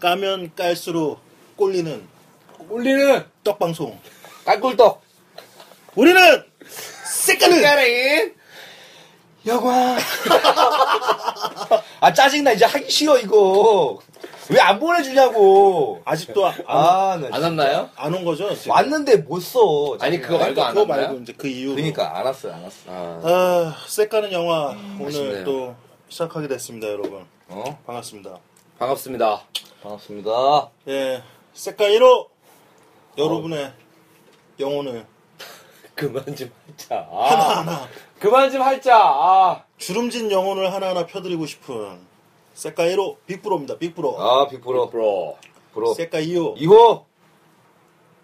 까면 깔수록 꼴리는 울리는 떡방송. 깔꿀떡. 우리는 색깔을 까레인 여관. 아 짜증나 이제 하기 싫어 이거. 왜 안 보내주냐고. 아직도 안, 아, 나 안 왔나요? 안 온 거죠? 지금? 왔는데 못 써. 아니 그거 아니, 아, 말고 안 그거 왔나요? 말고 이제 그 이후로. 그러니까 안 왔어요, 안 왔어. 아, 아, 색깔은 영화 오늘 음, 아쉽네요. 또 시작하게 됐습니다, 여러분. 어 반갑습니다. 반갑습니다. 반갑습니다. 예, 색깔 1호 어. 여러분의 영혼을 그만 좀 할자. 하나하나 아, 그만 좀 할자. 아. 주름진 영혼을 하나하나 펴드리고 싶은 색깔 1호 빅브로입니다. 빅브로. 아, 빅브로. 브로. 브로. 색깔 2호 2호!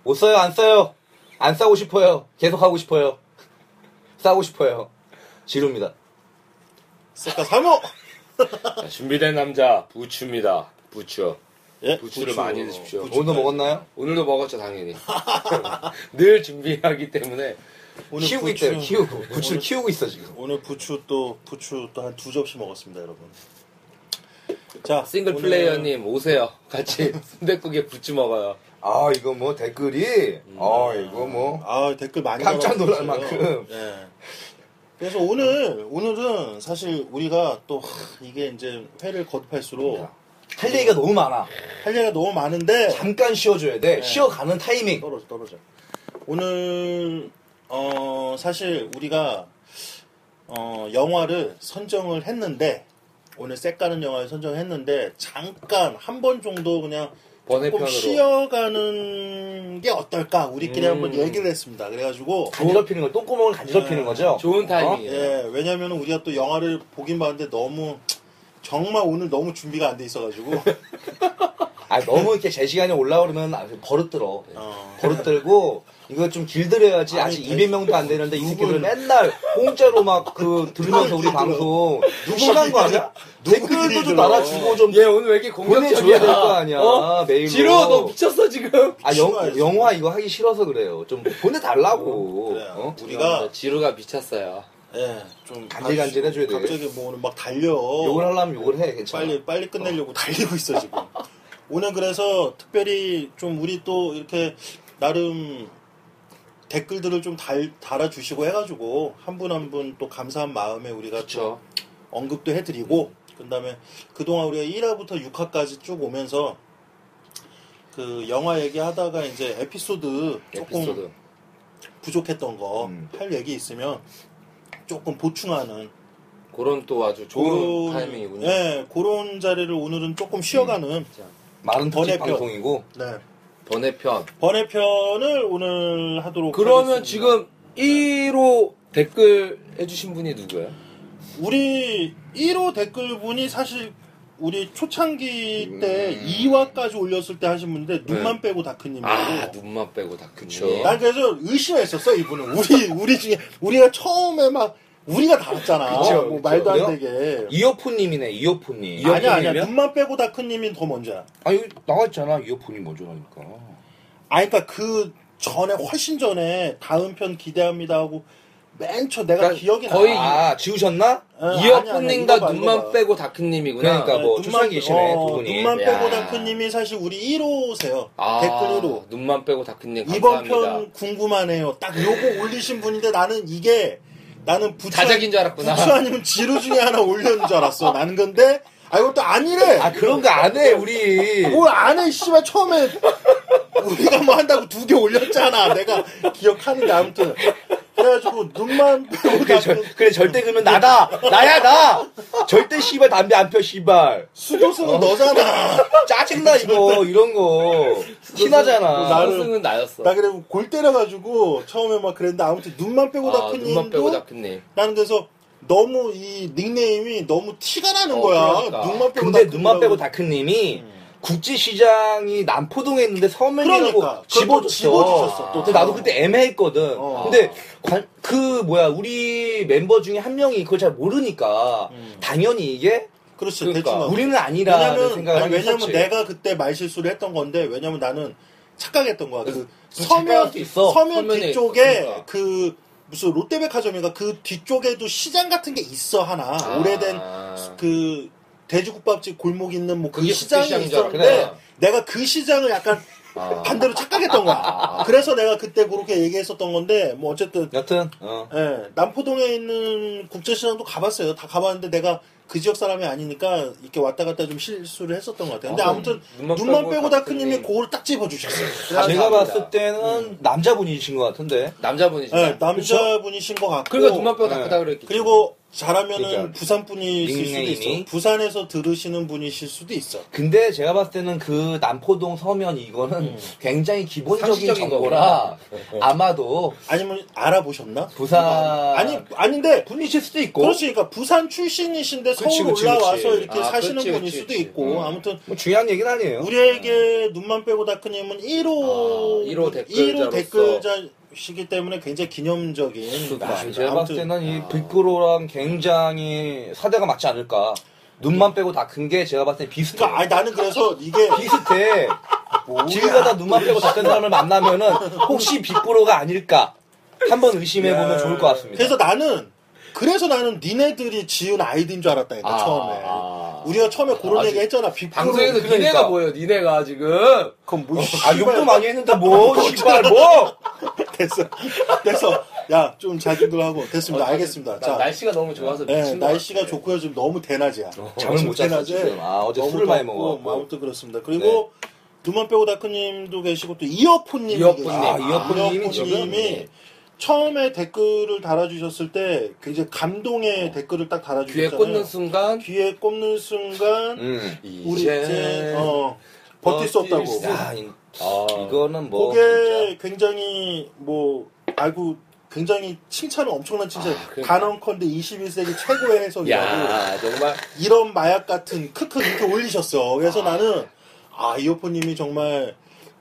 못 써요, 안 써요. 안 싸고 싶어요. 계속 하고 싶어요. 싸고 싶어요. 지루입니다. 색깔 3호. 자, 준비된 남자 부추입니다. 부추. 예, 부추를 많이 드십시오. 부추. 오늘도 뭐 먹었나요? 오늘도 먹었죠 당연히. 늘 준비하기 때문에 오늘 키우고 부추. 있대요, 키우고. 부추를 키우고 있어, 지금. 오늘 부추 또 부추 또 한 두 접시 먹었습니다, 여러분. 자, 싱글 오늘 플레이어님 오세요. 같이 순대국에 부추 먹어요. 아, 이거 뭐 댓글이. 아, 이거 뭐. 아 댓글 많이 깜짝 놀랄 달아주셨어요. 만큼. 예. 그래서 오늘 오늘은 사실 우리가 또 하, 이게 이제 회를 네. 거듭할수록 할 얘기가 너무 많아. 할 얘기가 너무 많은데 잠깐 쉬어줘야 돼. 쉬어가는 타이밍. 떨어져 떨어져. 오늘 어 사실 우리가 어 영화를 선정을 했는데 오늘 색가는 영화를 선정했는데 잠깐 한 번 정도 그냥 조금 번외편으로. 쉬어가는 게 어떨까 우리끼리 음. 한번 얘기를 했습니다. 그래가지고 간지럽히는 거, 똥구멍을 간지럽히는 거죠? 어? 좋은 타이밍이에요. 예, 왜냐면 우리가 또 영화를 보긴 봤는데 너무 정말 오늘 너무 준비가 안 돼 있어가지고 아 너무 이렇게 제 시간에 올라오면 아, 버릇들어. 어. 버릇들고 이거 좀 길들여야지 아니, 아직 대- 200명도 안 되는데 이 누굴- 새끼들 맨날 공짜로 막 그 들으면서 우리 방송 심한 거 아니야? 누굴 댓글도 좀 길들여? 날아주고 어, 좀 얘 오늘 왜 이렇게 보내줘야 공격적이야? 어? 될거 아니야, 메일로. 지루 너 미쳤어 지금. 아 영, 미친거야, 영화 이거 하기 싫어서 그래요. 좀 보내달라고. 그래요. 어? 우리가 지루가 미쳤어요. 예, 좀 간질간질해줘야 돼. 갑자기 뭐 오늘 막 달려. 욕을 하려면 욕을 해. 괜찮아. 빨리 빨리 끝내려고 달리고 있어 지금. 오늘 그래서 특별히 좀 우리 또 이렇게 나름 댓글들을 좀 달, 달아주시고 해가지고 한 분 한 분 또 감사한 마음에 우리가 또 그렇죠. 언급도 해드리고 그다음에 그동안 우리가 1화부터 6화까지 쭉 오면서 그 영화 얘기하다가 이제 에피소드 조금 에피소드. 부족했던 거 할 음. 얘기 있으면 조금 보충하는 그런 또 아주 좋은 타이밍이군요. 음. 예, 그런 자리를 오늘은 조금 쉬어가는 마른 터집 번외편. 방송이고. 네. 번외편. 번외편을 오늘 하도록 그러면 하겠습니다. 지금 1호 댓글 해주신 분이 누구예요? 우리 1호 댓글분이 사실 우리 초창기 음. 때 2화까지 올렸을 때 하신 분인데 눈만 빼고 다크님이고 네. 네. 아 그렇죠. 눈만 빼고 다 그쵸. 난 음. 그래서 의심했었어 이분은 우리 우리 중에 우리가 처음에 막 우리가 달았잖아 그쵸, 뭐 그쵸. 말도 안 내가- 되게 이어폰님이네, 이어폰님. 이어폰- 아니야 아니야 이어폰이면? 눈만 빼고 다크님이 더 먼저야 아, 여기 나와있잖아. 이어폰이 먼저 그러니까. 가니까. 아니 그러니까 그 전에 훨씬 전에 다음 편 기대합니다 하고 맨 처음 내가 그러니까 기억이 거의 나 아, 지우셨나? 이어폰님과 눈만 빼고 다크님이구나. 그러니까. 뭐 초창기 계시네, 두 분이. 네, 어, 눈만 야. 빼고 다크님이 사실 우리 1호세요 예. 아, 댓글로 눈만 빼고 다크님 이번 감사합니다. 편 궁금하네요 딱 요거 올리신 분인데 나는 이게 나는 부추 자작인 줄 알았구나. 부추 아니면 지루 중에 하나 올렸는 줄 알았어 난 근데 아 이것도 아니래 아, 그런 거 안 해, 우리. 뭘 안해 씨발 처음에 우리가 뭐 한다고 두 개 올렸잖아 내가 기억하는데 아무튼 그래가지고 눈만 빼고 그래, 절, 다크 그래 절대 그러면 나다 나야 나 절대 씨발 담배 안 펴 씨발 수교수는 어. 너잖아 짜증나 이거 이런 거 티나잖아 그 나를- 나는 나였어. 나 그래 골 때려가지고 처음에 막 그랬는데 아무튼 눈만 빼고 아, 눈만 다크님도 빼고 다크님. 나는 그래서 너무 이 닉네임이 너무 티가 나는 어, 거야 그러니까. 눈만 빼고 근데 뭐 다크님이라고. 음. 눈만 빼고 다크님이 국제시장이 남포동에 있는데 서면이라고 그러니까. 집어줬어. 그것도 집어주셨어, 또. 근데 나도 그때 애매했거든. 어. 근데 관- 그 뭐야 우리 멤버 중에 한 명이 그걸 잘 모르니까 당연히 이게 그렇지 그러니까. 대충 알고. 우리는 음. 아니라는 어. 왜냐면 생각을 아니, 하긴 왜냐면 했었지. 내가 그때 말 실수를 했던 건데 왜냐면 나는 착각했던 거야 그 착각할 서면 수 있어. 서면 서면에 뒤쪽에 그러니까. 그 무슨 롯데백화점인가 그 뒤쪽에도 시장 같은 게 있어 하나 아. 오래된 그 돼지국밥집 골목 있는 뭐 그 그게 시장이 시장인 줄 있었는데 알았구나. 내가 그 시장을 약간 아. 반대로 착각했던 아. 거야. 그래서 내가 그때 그렇게 얘기했었던 건데 뭐 어쨌든 여튼 어. 예, 남포동에 있는 국제시장도 가봤어요. 다 가봤는데 내가 그 지역 사람이 아니니까 이렇게 왔다 갔다 좀 실수를 했었던 것 같아요. 근데 아, 아무튼 눈만 눈만, 빼고 빼고 다 다크님이 크님. 그걸 딱 집어주셨어요. 네, 제가 감사합니다. 네. 봤을 때는 음. 남자분이신 것 같은데 남자분이죠. 예, 남자분이신 것 같고 그렇죠. 그러니까 눈만 빼고 네. 다 크다 그랬겠죠. 그리고 잘하면은 그러니까 부산 분이실 수도 닉네임이. 있어. 부산에서 들으시는 분이실 수도 있어. 근데 제가 봤을 때는 그 남포동 서면 이거는 음. 굉장히 기본적인 상식적인 정보라 아마도 아니면 알아보셨나? 부산 아니 아닌데 분이실 수도 있고 그렇지, 그러니까 부산 출신이신데 서울 그치, 그치, 올라와서 그치. 이렇게 아, 사시는 그치, 분일 그치, 수도 그치. 있고 음. 아무튼 뭐 중요한 얘기는 아니에요. 우리에게 눈만 빼고 다크님은 1호 아, 1호 댓글자로서. 시기 때문에 굉장히 기념적인 그러니까. 날이죠. 뭐 제가 봤을 아무튼 때는 이 빅그로랑 굉장히 사대가 맞지 않을까. 눈만 빼고 다 큰 게 제가 봤을 때 비슷해. 그러니까 네. 아니, 나는 그래서 이게 비슷해. 길 가다 눈만 빼고 다 큰 사람을 만나면은 혹시 빅그로가 아닐까 한번 의심해 보면 좋을 것 같습니다. 그래서 나는 그래서 나는 니네들이 지은 아이디인 줄 알았다 했다 아, 처음에 아. 우리가 처음에 그런 아직 얘기 했잖아 빅 방송에서 그러니까. 니네가 뭐예요? 니네가 지금 그럼 뭐 아 욕도 많이 했는데 뭐 씨발 뭐 됐어 됐어 야 좀 자중들 하고 됐습니다 어, 알겠습니다 나 자 날씨가 너무 좋아서 네, 미친 것 날씨가 같아. 좋고요. 지금 너무 대낮이야. 잠을 못 잤어, 지금. 아, 어제 술을 많이 먹어갖고. 뭐, 아무튼 그렇습니다. 그리고 눈만 빼고 다크님도 계시고 또 이어폰님. 이어폰님. 아, 이어폰님이 이어폰님이 지금? 처음에 댓글을 달아주셨을 때 굉장히 감동의 댓글을 딱 귀에 달아주셨잖아요. 꽂는 순간 귀에 꽂는 순간 음. 우리 이제 어, 버틸 수 없다고. 어. 버틸 수 야 이- 아. 이거는 뭐 그게 굉장히 뭐 아이고 굉장히 칭찬은 엄청난 칭찬. 아, 그러니까. 단언컨대 21세기 최고의 해석이라고. 야 정말 이런 마약 같은 크크 이렇게 올리셨어. 그래서 나는 아 이어폰님이 정말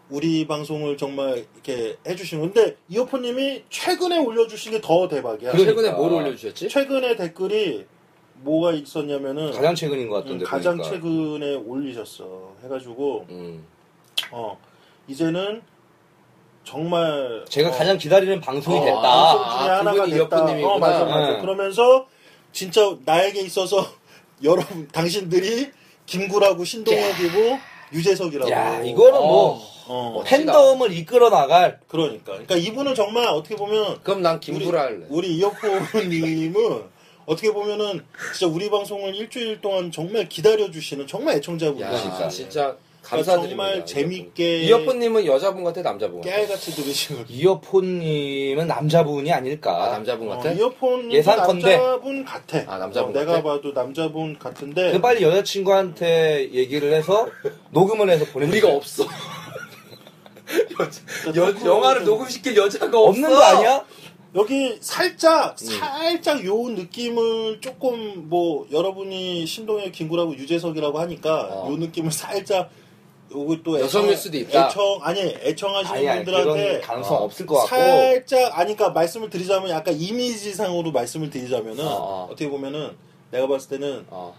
우리 방송을 정말 이렇게 해주신 건데 이어폰님이 최근에 올려주신 게 더 대박이야. 그래. 최근에 뭘 그러니까. 올려주셨지? 최근에 댓글이 뭐가 있었냐면은 가장 최근인 것 음, 같던데 가장 보니까. 최근에 올리셨어. 해가지고 음. 어 이제는 정말 제가 어, 가장 기다리는 방송이 어, 됐다. 방송 아, 중에 하나가 그분이 됐다. 이어폰님이구나. 어, 맞아, 맞아. 네. 그러면서 진짜 나에게 있어서 여러분 당신들이 김구라고 신동엽이고 유재석이라고. 아, 야 이거는 뭐 어, 팬덤을 이끌어 나갈 그러니까. 그러니까 이분은 정말 어떻게 보면 그럼 난 김구라 할래. 우리 이어폰님은 어떻게 보면은 진짜 우리 방송을 일주일 동안 정말 기다려 주시는 정말 야 애청자분이시니까. 진짜 감사드립니다. 그러니까 정말 재밌게 이어폰님은 여자분 같아 남자분 같아? 깨알같이 들으시는 이어폰님은 남자분이 아닐까. 아, 남자분 같아? 어, 이어폰 예상컨대. 남자분 같아. 아, 남자분 어, 내가 같아? 봐도 남자분 같은데. 그 빨리 여자친구한테 얘기를 해서 녹음을 해서 보내. 우리가 네. 없어. 여- 여- 영화를 녹음시킬 여자가 없어. 없는 거 아니야? 여기 살짝 살짝 요 느낌을 조금 뭐 여러분이 신동엽 김구라고 유재석이라고 하니까 어. 요 느낌을 살짝 요거 또 애청- 여성일 수도 있다. 애청 아니 애청하시는 아니 아니 그런 분들한테 가능성 어, 없을 것 같고. 살짝 아니 그러니까 말씀을 드리자면 약간 이미지상으로 말씀을 드리자면은 어. 어. 떻게 보면은 내가 봤을 때는 어.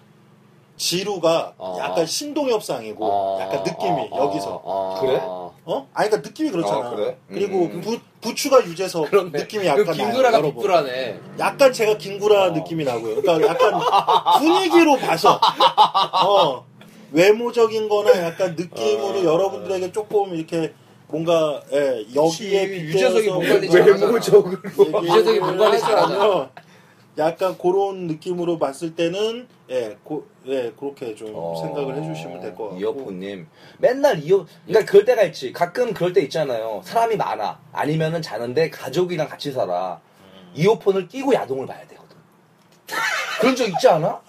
지루가 어. 약간 신동엽상이고 뭐, 약간 느낌이 어, 여기서 어, 그래? 어. 어? 아니 그러니까 느낌이 그렇잖아. 어, 그래? 리고 음. 부, 부추가 유재석 그렇네. 느낌이 그 약간 나요, 김구라가 여러분. 빅구라네. 약간 제가 김구라 어. 느낌이 나고요. 그러니까 약간 분위기로 봐서 어, 외모적인 거나 약간 느낌으로 여러분들에게 조금 이렇게 뭔가 예, 여기에 아. 혹시 빗대어서 유재석이 뭔가 뭔가 이렇게 잘하잖아. 얘기를 유재석이 뭔가 이렇게 하자면 잘하잖아. 어. 약간 그런 느낌으로 봤을 때는 예, 고, 예 그렇게 좀 어, 생각을 해주시면 될 것 같고 예. 이어폰님 맨날 이어 그러니까 그럴 때가 있지 가끔 그럴 때 있잖아요 사람이 많아 아니면은 자는데 가족이랑 같이 살아 음. 이어폰을 끼고 야동을 봐야 되거든 그런 적 있지 않아?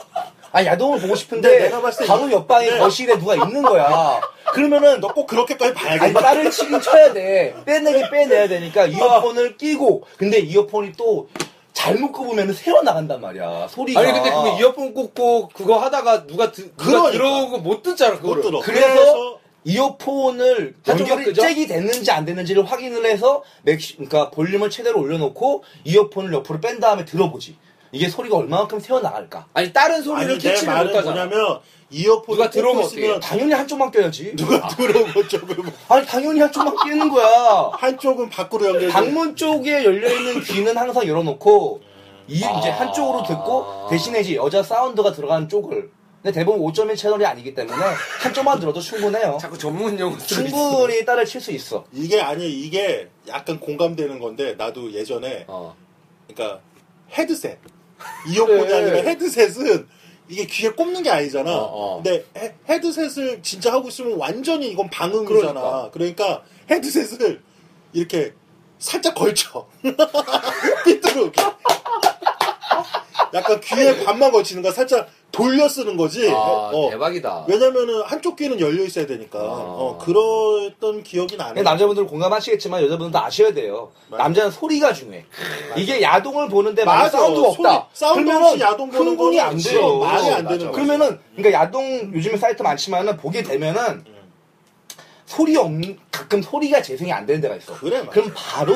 아 야동을 보고 근데 싶은데 네, 내가 봤을 때 네. 바로 이- 옆방에 근데- 거실에 누가 있는 거야 그러면은 너 꼭 그렇게까지 아니 봐야겠다. 아. 딸을 치긴 쳐야 돼 빼내긴 빼내야 되니까 이어폰을 끼고 근데 이어폰이 또 잘못 꼽으면 새어 나간단 말이야 소리가 아니 근데 그 이어폰 꽂고 그거 하다가 누가, 드, 누가 그러니까. 들어오고 못 듣잖아 못 그거를. 들어. 그래서 이어폰을 한쪽으로 연결이 끄죠? 잭이 됐는지 안 됐는지를 확인을 해서 맥시, 그러니까 볼륨을 최대로 올려놓고 이어폰을 옆으로 뺀 다음에 들어보지. 이게 소리가 얼마만큼 새어나갈까? 아니 다른 소리를 아니 내 캐치를 말은 못하잖아. 뭐냐면 이어폰 누가 들어오면 어떡해? 당연히 한쪽만 껴야지. 누가 들어오고 조금 아니 당연히 한쪽만 끼는 거야. 한쪽은 밖으로 연결. 방문 쪽에 열려있는 귀는 항상 열어놓고 이 이제 아. 한쪽으로 듣고 대신에 이제 여자 사운드가 들어가는 쪽을 근데 대부분 5.1 채널이 아니기 때문에 한쪽만 들어도 충분해요. 자꾸 전문 용어 쓰고 있어. 충분히 딸을 칠 수 있어. 이게 아니 이게 약간 공감되는 건데 나도 예전에 어. 그러니까 헤드셋 이어폰이 그래. 아니라 헤드셋은 이게 귀에 꼽는 게 아니잖아. 어, 어. 근데 헤, 드셋을 진짜 하고 있으면 완전히 이건 방음이잖아. 그러니까, 헤드셋을 이렇게 살짝 걸쳐 삐뚤게 약간 귀에 반만 걸치는 거 살짝 돌려 쓰는 거지. 아, 어. 대박이다. 왜냐면은 한쪽 귀는 열려 있어야 되니까. 어, 그랬던 기억이 나네. 남자분들 공감하시겠지만 여자분들 도 아셔야 돼요. 맞아. 남자는 소리가 중요해. 이게 야동을 보는데 맞아. 만약 사운드가 없다. 소리- 사운드 그러면은 없이 야동 보는 흥분이 거는 안 진짜 돼요. 말이 안 맞아. 되는 음. 그러면은 그러니까 야동 요즘에 사이트 많지만은 보게 되면은 음. 소리 없는 가끔 소리가 재생이 안 되는 데가 있어. 그래, 맞아. 럼 바로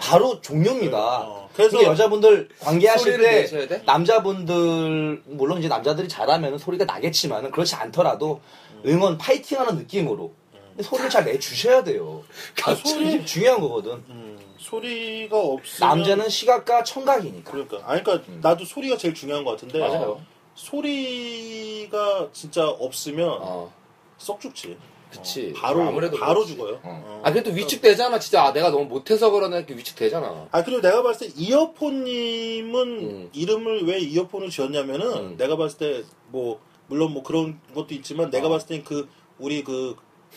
바로 종료입니다. 어. 그래서 그래서 여자분들 관계하실 소리를 때 내셔야 돼? 남자분들 물론 이제 남자들이 잘하면 소리가 나겠지만은 그렇지 않더라도 응원 파이팅하는 느낌으로 음. 소리를 잘 내주셔야 돼요. 아, 소리 중요한 거거든. 음, 소리가 없으면 남자는 시각과 청각이니까. 그러니까 아니 그러니까 나도 소리가 제일 중요한 것 같은데 음. 맞아요. 소리가 진짜 없으면 어. 썩 죽지. 그치. 바로 아무래도 바로 그렇지. 죽어요. 어. 어. 아, 그래도 위축되잖아. 진짜 아, 내가 너무 못해서 그러나 이렇게 위축되잖아. 아 그리고 내가 봤을 때 이어폰님은 음. 이름을 왜 이어폰을 지었냐면은 음. 내가 봤을 때 뭐 물론 뭐 그런 것도 있지만 내가 어. 봤을 땐 그 우리 그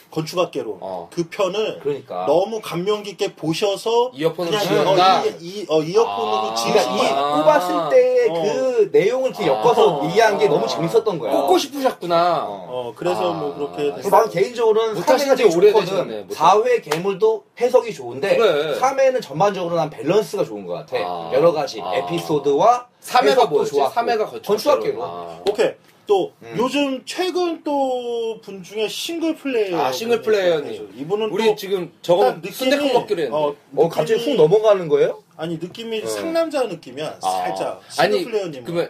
건축학개론 어. 아. 그 편을 그러니까. 너무 감명 깊게 보셔서 이어폰으로 그냥 지었다. 어, 이, 이- 어, 이어폰으로 아. 지으신 그러니까 이 거야. 아. 뽑았을 때의 그 내용을 이렇게 엮어서 아. 얘기한 게 너무 재밌었던 거야. 꽂고 싶으셨구나. 어. 어 그래서 뭐 아. 그렇게 그리고 됐어요. 나는 개인적으로는 못 3회가 하신 지 되게 오래되셨네, 좋거든. 못 4회 괴물도 해석이 좋은데 그래. 3회는 전반적으로 난 밸런스가 좋은 것 같아. 아. 여러 가지 아. 에피소드와 3회가 해석도 뭐였지? 좋았고. 3회가 건축 건축학개론. 아. 오케이. 또 음. 요즘 최근 또 분 중에 싱글 플레이어. 아, 싱글 플레이어님. 이분은 우리 또 지금 딱 저거 느낌이- 순대국 먹기로 했는데. 어, 어 갑자기 훅 느낌이- 넘어가는 거예요? 아니 느낌이 어. 상남자 느낌이야. 아. 살짝. 싱글 아니, 플레이어님. 그러면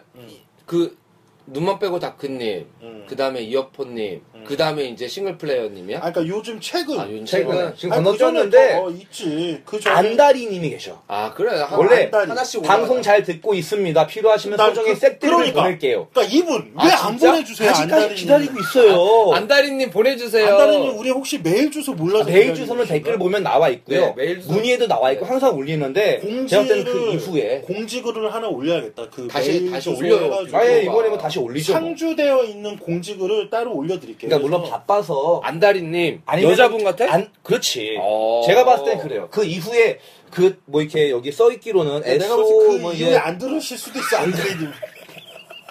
그 눈만 빼고 다크님, 음. 그 다음에 이어폰님, 그 다음에 이제 싱글플레이어님이야? 아, 그러니까 요즘 최근. 어. 아, 요즘 최근에 최근에. 지금 네. 아니, 그 전에 더, 건너뛰었는데 어, 있지. 그 전에 어, 안다리님이 계셔. 아 그래 하, 원래 한- 하나씩 방송 올라가자. 잘 듣고 있습니다. 필요하시면 난 소정의 그- 세트를 그러니까. 보낼게요. 그러니까 이분 왜 아, 안 진짜? 보내주세요? 아직까지 안다리님. 아, 기다리고 있어요. 아, 안다리님 보내주세요. 안다리님 우리 혹시 메일 주소 몰라서 메일 기다리고 주소는 계신가? 댓글 보면 나와 있고요. 네, 메일 주소. 문의에도 나와 있고 네. 항상 올리는데 제가 볼때는 그 이후에 공지글을 하나 올려야겠다. 그 다시- 메일 다시 주소 올려요. 해가지고. 아예 이번에 뭐 다시 올리죠. 뭐. 상주되어 있는 공지글을 따로 올려드릴게요. 그러니까 물론 그래서 바빠서 안다리님 아니면- 여자분 같아? 안 그렇지. 아. 어. 제가 봤을 땐 그래요. 그 이후에 그 뭐 이렇게 여기 써 있기로는 야, 내가 SO 볼때 뭐 그 이게- 이후에 안 들으실 수도 있어 안드리님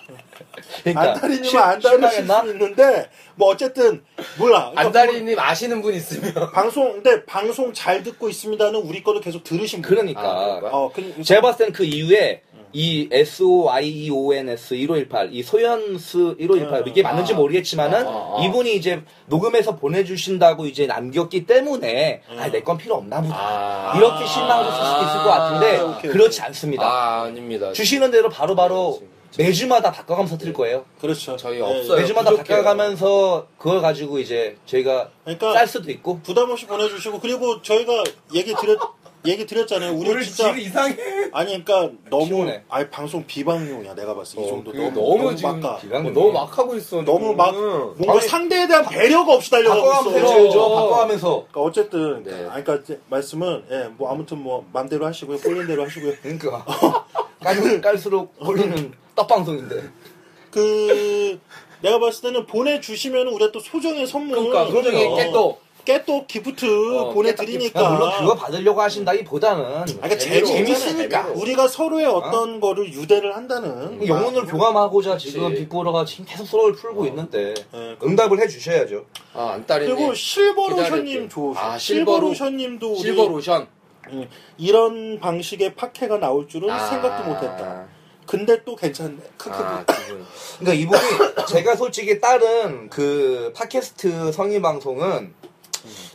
그러니까 실- 안다리님은 안 들으실 실망했나? 수 있는데 뭐 어쨌든 몰라 그러니까 안다리님 아시는 분 있으면 뭐 방송 근데 방송 잘 듣고 있습니다는 우리 거를 계속 들으신 분 그러니까 아, 그런가? 어, 그, 제가 봤을 땐 그 이후에 이 E SOIEONS 1518, 이 소연스 1518, 이게 맞는지 아. 모르겠지만은, 아, 아. 이분이 이제 녹음해서 보내주신다고 이제 남겼기 때문에, 아, 내 건 필요 없나 보다. 음. 아, 이렇게 실망을 했을 수도 있을 것 같은데, 아, 오케이, 그렇지 오케이. 않습니다. 아 네, 아닙니다. 주시는 대로 바로바로 매주마다 바꿔가면서 틀 거예요. 그렇죠 저희 예, 없어요. 예. 매주마다 부족해요. 아. 바꿔가면서 그걸 가지고 이제 저희가 그러니까- 쌀 수도 있고, 부담 없이 보내주시고 그리고 저희가 얘기 드렸 얘기 드렸잖아요 우리 진짜 이상해. 아니 그러니까 너무 피곤해. 아니 방송 비방용이야 내가 봤을 때 이 정도 너무, 너무 너무 지금 막가 비방- 어, 너무 막 하고 있어. 너무 막 뭔가 아니, 상대에 대한 배려가 없이 달려가고 바꿔가면서 있어 해줘야죠. 어. 바꿔가면서. 그러니까 어쨌든 네. 아니 그러니까 이제 말씀은 예, 뭐 아무튼 뭐 맘대로 하시고요. 꼴린 대로 하시고요. 그러니까. 깔, 깔수록 홀리는 떡방송인데. 그 내가 봤을 때는 보내 주시면 우리가 또 소정의 선물 그러니까 소정의 어, 깨똑. 깨똑 기프트 어, 보내 야, 드리니까. 아, 물론 그거 받으려고 하신다기보다는 그러니까 재미 재미로. 음, 재밌으니까 재미로. 우리가 서로의 어떤 거를 유대를 한다는 그러니까 음. 영혼을 교감하고자 지금 그치. 빅보러가 지금 계속 소로를 풀고 있는데 예, 그- 어. 응답을 해주셔야죠. 아 안다리님. 그리고 실버로션님 기다릴게요. 좋으시 아, 실버로- 실버로션님도 우리 실버 로션. 음, 이런 방식의 파케가 나올 줄은 생각도 못했다. 근데 또 괜찮네. 크크크. 아 기분. 그러니까 이분이 제가 솔직히 다른 음. 그 팟캐스트 성인 방송은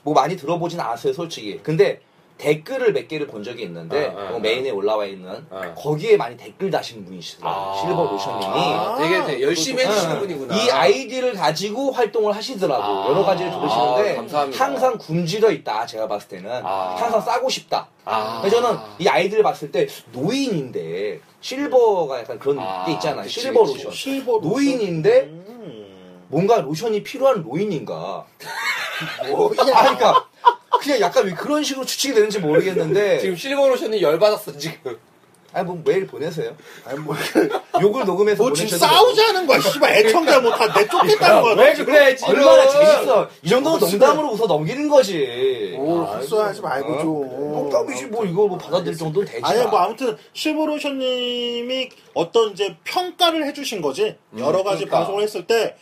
뭐 많이 들어보진 않았어요, 솔직히. 근데 댓글을 몇 개를 본 적이 있는데 아, 아, 뭐 아. 메인에 올라와 있는 아. 거기에 많이 댓글 다시는 분이시더라고요. 아. 실버 로션님이. 아, 되게, 되게 열심히 응. 아. 해주시는 분이구나. 아. 이 아이디를 가지고 활동을 하시더라고 아. 여러 가지를 아, 들으시는데 감사합니다. 항상 굶주려 있다 제가 봤을 때는 아. 항상 싸고 싶다 아. 그래서 저는 이 아이들을 봤을 때 노인인데 실버가 약간 그런 아, 게 있잖아요 그치, 실버 그치. 로션 실버 로션. 노인인데 음. 뭔가 로션이 필요한 노인인가 아 뭐야? 그러니까 그냥 약간 왜 그런 식으로 추측이 되는지 모르겠는데 지금 실버 로션이 열받았어, 지금. 아니 뭐 메일 보내세요 아니 뭐, 욕을 녹음해서 뭐 보내셔도 지금 되고. 싸우자는 거야. 씨발 애청자 못한 내 쫓겠다는 거야. 왜 뭐, 그래, 지금. 얼마나 재밌어 이 정도면 농담으로 웃어 넘기는 아, 거지 오, 복수하지 말고 좀. 농담이지 뭐 이거 뭐 받아들일 정도는 되지 아니 않아. 뭐 아무튼 실버로션님이 어떤 이제 평가를 해주신 거지 여러 가지 그러니까. 방송을 했을 때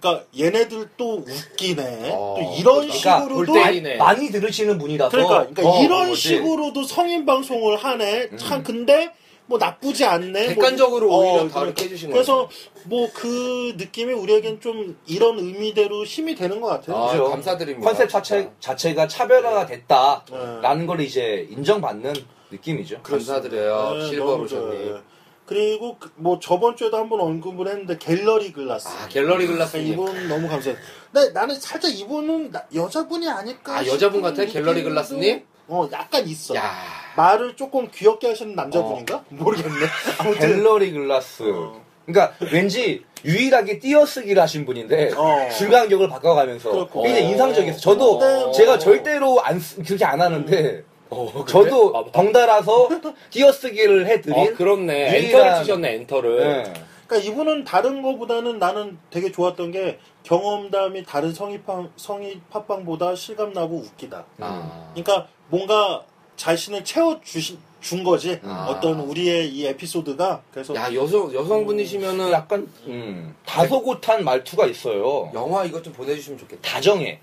그러니까 얘네들 또 웃기네 어, 또 이런 그러니까 식으로도 볼 그러니까, 때리네. 많이 들으시는 분이라서 그러니까 어, 이런 뭐지. 음. 식으로도 성인 방송을 하네 참 근데 뭐 나쁘지 않네 객관적으로 뭐, 오히려 어, 다르게 해주신 그래서 뭐 그 느낌이 우리에겐 좀 이런 의미대로 힘이 되는 것 같아요 아, 그죠? 감사드립니다. 컨셉 자체, 진짜. 자체가 차별화가 네. 됐다라는 걸 이제 인정받는 느낌이죠. 감사드려요, 네, 아, 실버 너무 로션님. 좋아요. 그리고 그- 뭐 저번 주에도 한번 언급을 했는데 갤러리 글라스 아, 갤러리 그러니까 글라스님. 이분 너무 감사해요. 근데 나는 살짝 이분은 나- 여자분이 아닐까. 아, 여자분 같아? 싶은 갤러리 느낌도- 글라스님? 어, 약간 있어. 야. 어. 말을 조금 귀엽게 하시는 남자분인가? 모르겠네. 아무튼 갤러리 글라스. 어. 그러니까 왠지 유일하게 띄어쓰기를 하신 분인데 어. 줄간격을 바꿔가면서 그렇고. 굉장히 인상적이었어요. 저도 네. 제가 절대로 안 쓰- 그렇게 안 하는데 어, 어, 저도 아, 뭐. 덩달아서 띄어쓰기를 해드린 어, 그렇네. 유일한- 엔터를 치셨네, 엔터를. 네. 그러니까 이분은 다른 거보다는 나는 되게 좋았던 게 경험담이 다른 성의 팝 성의 팝빵보다 실감나고 웃기다. 아. 그러니까 뭔가 자신을 채워 주신 준 거지. 아. 어떤 우리의 이 에피소드가 그래서 야, 여성, 여성분이시면은 약간 음, 다소곳한 말투가 있어요. 영화 이것 좀 보내주시면 좋겠다. 다정해.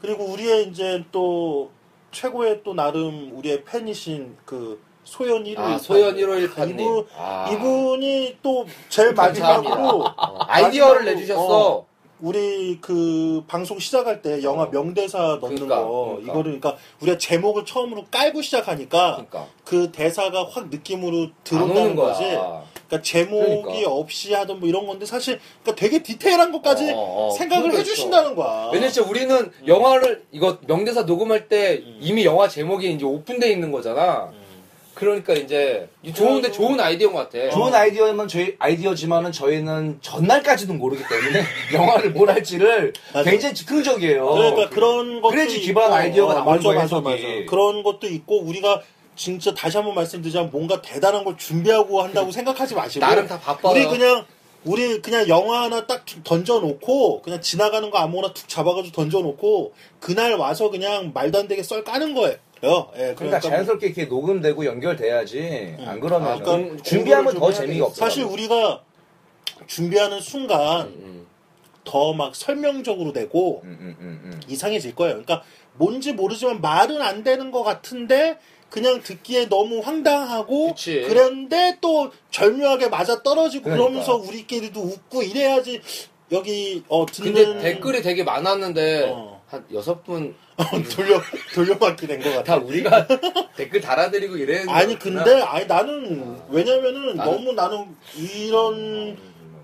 그리고 우리의 이제 또 최고의 또 나름 우리의 팬이신 그 소연 1호 아, 소연 151님. 이분 아. 이분이 또 제일 감사합니다. 마지막으로 어, 아이디어를 마지막으로, 내주셨어. 어, 우리 그 방송 시작할 때 영화 어. 명대사 넣는 그러니까, 거 그러니까. 이거를 그러니까 우리가 제목을 처음으로 깔고 시작하니까 그러니까. 그 대사가 확 느낌으로 안 오는 들어오는 거야. 아. 거지. 그러니까 제목이 그러니까. 없이 하던 뭐 이런 건데 사실 그러니까 되게 디테일한 것까지 어, 어, 어. 생각을 그러니까 해주신다는 거야. 왜냐면 진짜 우리는 음. 영화를 이거 명대사 녹음할 때 이미 영화 제목이 이제 오픈돼 있는 거잖아. 음. 그러니까 이제 이 좋은데 좋은 아이디어인 것 같아. 좋은 아이디어면 저희 아이디어지만은 저희는 전날까지도 모르기 때문에 영화를 뭘 할지를 맞아. 굉장히 즉흥적이에요. 그러니까 그런 것도 그래야지 있고, 기발한 아이디어가 어, 나오는 맞아, 거예요, 맞아, 해석이. 맞아. 그런 것도 있고 우리가 진짜 다시 한번 말씀드리자면 뭔가 대단한 걸 준비하고 음. 한다고 생각하지 마시고 음. 나름 다 바빠요. 우리 그냥 우리 그냥 영화 하나 딱 던져놓고 그냥 지나가는 거 아무거나 툭 잡아가지고 던져놓고 그날 와서 그냥 말도 안 되게 썰 까는 거예요. 예, 그러니까 자연스럽게 이렇게 녹음되고 연결돼야지 안 그러면 아, 그러니까 준비하면 더 공부를 좀 해야 재미가 없어. 사실 우리가 준비하는 순간 음. 더 막 설명적으로 되고 음, 음, 음, 음. 이상해질 거예요. 그러니까 뭔지 모르지만 말은 안 되는 것 같은데 그냥 듣기에 너무 황당하고 그치. 런데또 절묘하게 맞아 떨어지고 그러면서 그러니까. 우리끼리도 웃고 이래야지 여기 어 듣는 근데 댓글이 되게 많았는데 어. 한 여섯 분 다 어, 돌려 돌려받기 된 것 같아. 우리가 댓글 달아드리고 이랬는데 아니 근데 아니 나는 왜냐면은 나는- 너무 나는 이런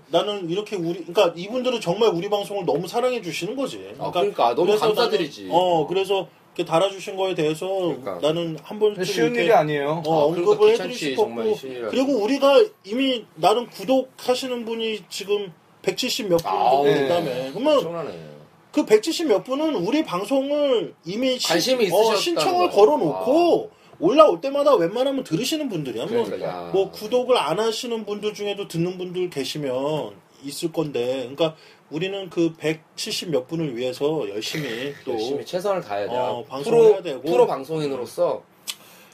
나는 이렇게 우리 그러니까 이분들은 정말 우리 방송을 너무 사랑해 주시는 거지. 아, 그러니까 너무 그래서 감사드리지. 아, 나는, 어 그래서 이렇게 달아주신 거에 대해서 그러니까. 나는 한 번쯤 쉬운 이렇게 일이 아니에요. 어, 아, 그러니까 언급을 해드리고 귀찮지, 싶었고 정말 쉬운 일이 그리고 우리가 이미 나는 구독하시는 분이 지금 170 몇 분 정도 아우, 된다며. 네. 그러면 엄청나네. 그 170 몇 분은 우리 방송을 이미 신- 관심이 어, 있으셨다는 신청을 거예요. 아. 걸어놓고 올라올 때마다 웬만하면 들으시는 분들이야. 뭐, 그러니까, 야. 뭐 구독을 안 하시는 분들 중에도 듣는 분들 계시면 있을 건데, 그러니까 우리는 그 170 몇 분을 위해서 열심히 또 열심히 최선을 다해야 돼. 어, 방송을 프로 해야 되고. 프로 방송인으로서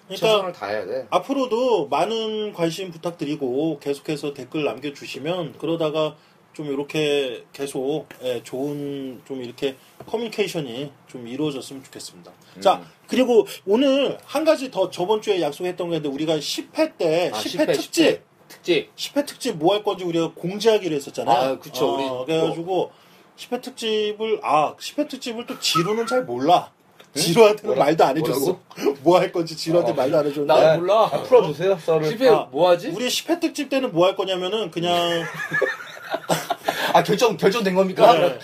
그러니까 최선을 다해야 돼. 앞으로도 많은 관심 부탁드리고 계속해서 댓글 남겨주시면 그러다가 좀 이렇게 계속 예, 좋은 좀 이렇게 커뮤니케이션이 좀 이루어졌으면 좋겠습니다. 자 그리고 오늘 한 가지 더 저번 주에 약속했던 게 있는데 우리가 10회 때 아, 10회, 10회, 특집 10회. 10회. 특집. 특집 뭐 할 건지 우리가 공지하기로 했었잖아요. 아, 그쵸. 어, 우리 그래가지고 10회 특집을 아 10회 특집을 또 지루는 잘 몰라. 지루한테는 뭐라- 말도 안 해줬어. 뭐 할 건지 지루한테 어. 말도 안 해줬는데. 나 네. 몰라. 아, 풀어주세요 썰을. 집에 아, 뭐 하지? 우리 10회 특집 때는 뭐 할 거냐면은 그냥 아 결정 결정된 겁니까? 네.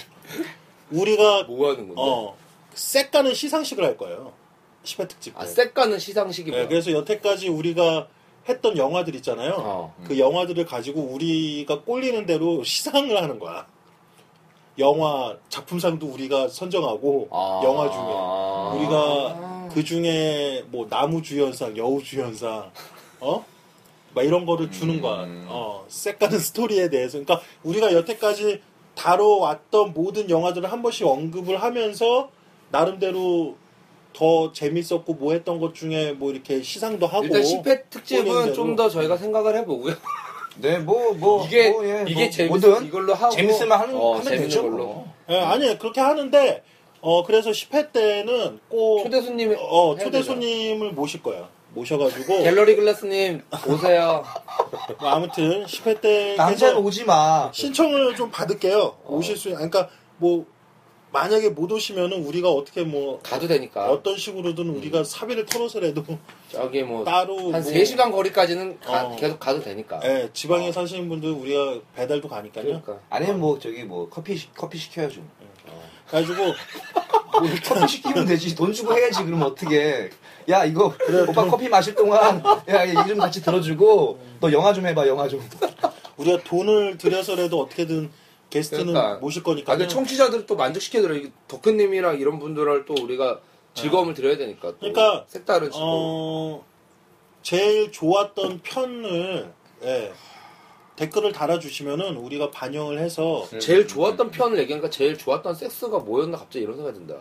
우리가 뭐 하는 건데? 어 색가는 시상식을 할 거예요. 10회 특집 때. 아, 색가는 시상식이 네, 뭐야? 그래서 여태까지 우리가 했던 영화들 있잖아요. 어. 그 영화들을 가지고 우리가 꼴리는 대로 시상을 하는 거야. 영화 작품상도 우리가 선정하고 아. 영화 중에 우리가 그 중에 뭐 나무 주연상, 여우 주연상, 어? 막 이런 거를 주는 거야. 음. 어, 색가는 스토리에 대해서. 그러니까 우리가 여태까지 다뤄왔던 모든 영화들을 한 번씩 언급을 하면서 나름대로 더 재밌었고 뭐 했던 것 중에 뭐 이렇게 시상도 하고 뭐 일단 10회 특집은 꼴리는 좀 대로. 더 저희가 생각을 해보고요. 네, 뭐, 어, 뭐, 이게 뭐, 예, 이게 뭐, 재밌 뭐든 이걸로 하고 재밌으면 하는, 어, 하면 재밌는 되죠. 걸로. 예, 아니 그렇게 하는데 어 그래서 10회 때는 꼭 초대 손님 어, 초대 손님을 뭐. 모실 거예요. 모셔가지고 갤러리 글라스님 오세요. 뭐 아무튼 10회 때 남자는 해서 오지 마. 신청을 좀 받을게요. 오실 수 그러니까 뭐 만약에 못 오시면은 우리가 어떻게 뭐 가도 되니까. 어떤 식으로든 우리가 사비를 털어서라도 저기 뭐 한 따로 뭐, 3시간 거리까지는 가- 어. 계속 가도 되니까. 예, 지방에 사시는 분들 우리가 배달도 가니까요. 아. 그러니까. 아니면 뭐, 저기 뭐, 커피, 시- 커피 시켜요, 좀. 가지고 커피 시키면 되지. 돈 주고 해야지, 그러면 어떻게. 야, 이거, 오빠 커피 마실 동안, 야, 이름 같이 들어주고, 너 영화 좀 해봐, 영화 좀. 우리가 돈을 들여서라도 어떻게든 게스트는 그러니까. 모실 아, 거니까요. 근데 청취자들 또 만족시켜드려. 요 덕후님이랑 이런 분들을 또 우리가 즐거움을 드려야 되니까. 또 네. 그러니까, 색다르지. 고 어, 제일 좋았던 편을 예, 댓글을 달아주시면은 우리가 반영을 해서 제일 좋았던 편을 얘기하니까 제일 좋았던 섹스가 뭐였나 갑자기 이런 생각이 든다.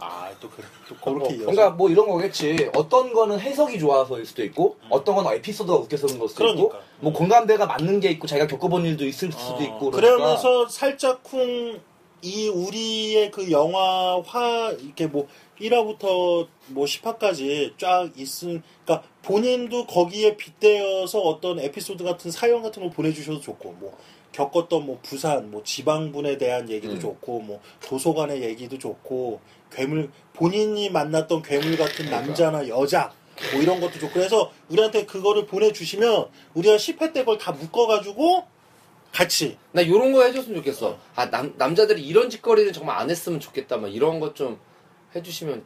아또 그, 또 그렇게 이어서 그러니까 뭐 이런 거겠지. 어떤 거는 해석이 좋아서일 수도 있고, 어떤 건 에피소드가 웃겨서 그런 걸 수도 있고, 음. 그러니까. 뭐 공감대가 맞는 게 있고, 자기가 겪어본 일도 있을 수도 있고. 그 그러니까. 러면서 살짝쿵 이 우리의 그 영화화 이렇게 뭐 1화부터 뭐 10화까지 쫙 있은 그러니까 본인도 거기에 빗대어서 어떤 에피소드 같은 사연 같은 걸 보내주셔도 좋고 뭐 겪었던 뭐 부산 뭐 지방분에 대한 얘기도 음. 좋고 뭐 도서관의 얘기도 좋고 괴물 본인이 만났던 괴물 같은 그러니까. 남자나 여자 뭐 이런 것도 좋고 그래서 우리한테 그거를 보내주시면 우리가 10회 때 그걸 다 묶어가지고 같이 나 이런 거 해줬으면 좋겠어. 아 남 남자들이 이런 짓거리는 정말 안 했으면 좋겠다. 막 이런 것 좀 해주시면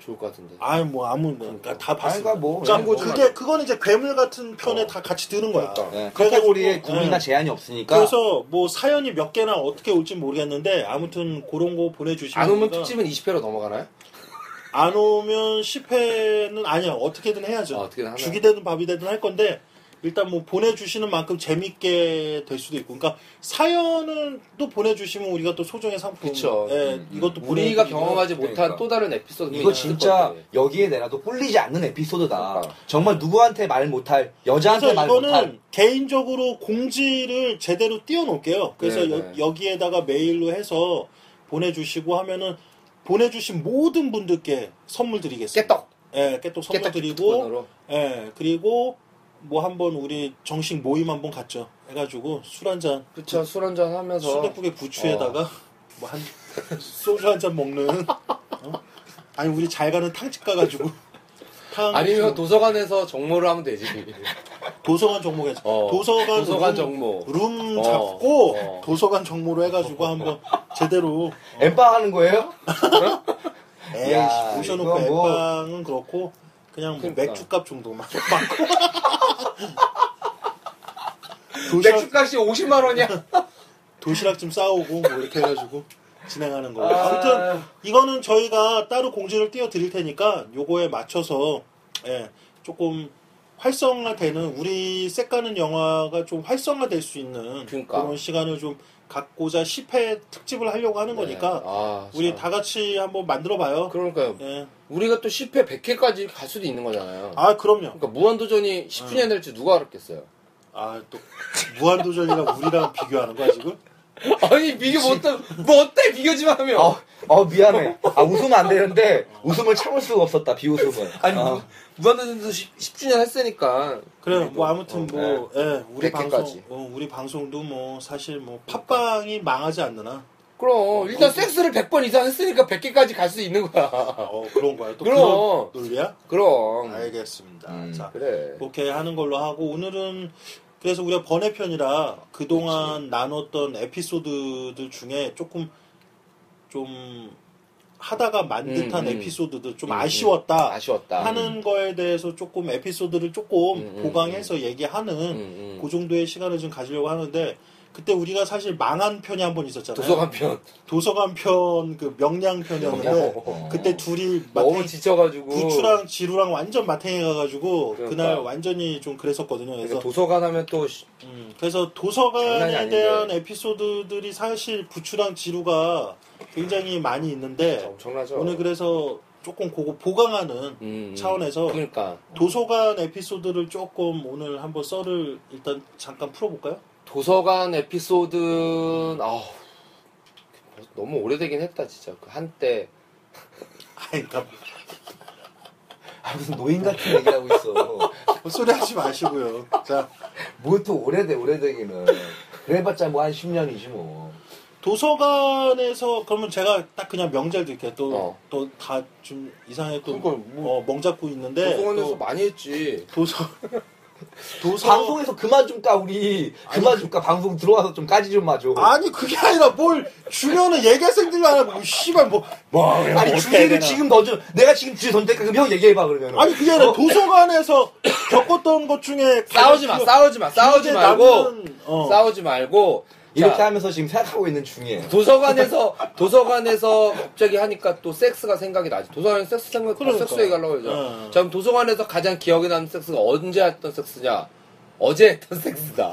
좋을 것 같은데. 아유 뭐 아무 뭐 그러니까 다 봤어. 그러니까 뭐, 자, 예, 뭐. 그게 그건 이제 괴물 같은 편에 다 같이 드는 거야. 그러니까. 어. 네, 그래가지고, 카테고리에 구분이나 예. 제한이 없으니까. 그래서 뭐 사연이 몇 개나 어떻게 올지 모르겠는데 아무튼 그런 거 보내주시면 안 오면 우리가- 특집은 20회로 넘어가나요? 안 오면 10회는 아니야 어떻게든 해야죠. 아, 어떻게든 하나요? 죽이 되든 밥이 되든 할 건데 일단 뭐 보내주시는 만큼 재밌게 될 수도 있고 그러니까 사연은 또 보내주시면 우리가 또 소정의 상품 그쵸. 예, 음, 음. 이것도 우리가 보내드리고요. 경험하지 못한 그러니까. 또 다른 에피소드 이거 진짜 여기에 내놔도 꿀리지 않는 에피소드다. 그러니까. 정말 누구한테 말 못할, 여자한테 그래서 말 못할. 이거는 개인적으로 공지를 제대로 띄워놓을게요. 그래서 네, 네. 여, 기에다가 메일로 해서 보내주시고 하면은 보내주신 모든 분들께 선물 드리겠습니다. 깨떡 예, 깨똑 선물 깨떡 드리고, 기프트콘으로. 예, 그리고 뭐 한번 우리 정식 모임 한번 갔죠. 해가지고 술 한잔, 그쵸 술 한잔 하면서 어. 순댓국에 부추에다가 뭐 한 소주 한 잔 먹는. 어? 아니 우리 잘 가는 탕집 가가지고 탕 아니면 도서관에서 정모를 하면 되지. 도서관 종목에서 어, 도서관 도서관 룸- 정모. 룸 어, 잡고 어. 도서관 정모로 해가지고 한번 제대로 엠빵 하는 거예요? 에이 야, 모셔놓고 이거 뭐- 엠빵은 그렇고 그냥 뭐 그러니까. 맥주값 정도만 받고 도시락, 맥주값이 50만 원이야. 도시락 좀 싸오고 뭐 이렇게 해가지고 진행하는 어, 거고 아. 아무튼 이거는 저희가 따로 공지를 띄워드릴 테니까 요거에 맞춰서 예, 조금 활성화되는 우리 색가는 영화가 좀 활성화될 수 있는 그러니까. 런 시간을 좀 갖고자 10회 특집을 하려고 하는 거니까 아, 우리 참. 다 같이 한번 만들어 봐요. 그러니까요. 예. 우리가 또 10회 100회까지 갈 수도 있는 거잖아요. 아 그럼요. 그러니까 무한도전이 10주년 될지 누가 알았겠어요. 아 또 무한도전이랑 우리랑 비교하는 거야 지금? 아니 비교 못해 뭐 어때 비교지만 하면. 어, 아, 어, 미안해. 아, 웃으면 안 되는데, 웃음을 참을 수가 없었다, 비웃음을. 아니 어. 무- 무한도전도 10, 주년 했으니까. 그래요. 뭐 아무튼 뭐 예, 우리 몇 개까지. 방송 어, 우리 방송도 뭐 사실 뭐 팟빵이 망하지 않느나 그럼 일단 섹스를 100번 이상 했으니까 100개까지 갈 수 있는 거야. 어, 그런 거야. 또 아, 그럼. 그런 논리야? 그럼 알겠습니다. 음. 자, 그래. 그렇게 하는 걸로 하고 오늘은 그래서 우리가 번외편이라 그동안 나눴던 에피소드들 중에 조금 좀 하다가 만 음, 듯한 음. 에피소드들 좀 음, 음. 아쉬웠다 아쉬웠다. 하는 거에 대해서 조금 에피소드를 조금 음, 음, 보강해서 얘기하는 음, 음. 그 정도의 시간을 좀 가지려고 하는데 그때 우리가 사실 망한 편이 한 번 있었잖아요. 도서관 편 도서관 편, 그 명량 편이었는데 어. 그때 둘이 너무 마탱이 지쳐가지고 부추랑 지루랑 완전 마탱이 가가지고 그날 그러니까. 완전히 좀 그랬었거든요. 그러니까 그래서 도서관 하면 또 시- 음, 그래서 장난이 도서관에 아닌데. 대한 에피소드들이 사실 부추랑 지루가 굉장히 많이 있는데 엄청나죠. 네. 그렇죠. 오늘 그래서 조금 그거 보강하는 음, 음. 차원에서 그러니까 도서관 에피소드를 조금 오늘 한번 썰을 일단 잠깐 풀어볼까요? 도서관 에피소드는 아우, 벌써 너무 오래되긴 했다 진짜 그 한때 아니, 그러니까 나 아, 무슨 노인 같은 얘기하고 있어. 뭐 소리 하지 마시고요. 자, 뭐 또 오래돼, 오래되기는. 그래봤자 뭐 한 10년이지 뭐. 도서관에서 그러면 제가 딱 그냥 명절 드릴게요. 어. 또또 다 좀 이상하게 또 그걸 뭐- 어, 멍잡고 있는데 도서관에서 또 많이 했지. 도서 도서 방송에서 그만 좀 까, 우리. 그만 좀 까. 방송 들어와서 좀 까지 좀 마줘. 뭐. 아니 그게 아니라 뭘 주면은 얘기할 생각이 안 하고 씨발 뭐 뭐, 아니, 어떻게 해야 주제를 되나. 지금 던져. 내가 지금 주제 던질까? 그럼 형 얘기해봐, 그러면. 아니 그게 아니라 도서관에서 겪었던 것 중에 어? 싸우지 마, 싸우지 마, 싸우지 말고 남는, 어. 싸우지 말고 이렇게 자, 하면서 지금 생각하고 있는 중이에요. 도서관에서 도서관에서 갑자기 하니까 또 섹스가 생각이 나지. 도서관에서 섹스 생각 아, 그러니까. 섹스 얘기하려고 그러죠. 어. 자, 그럼 도서관에서 가장 기억에 남는 섹스가 언제 했던 섹스냐? 어제 했던 섹스다.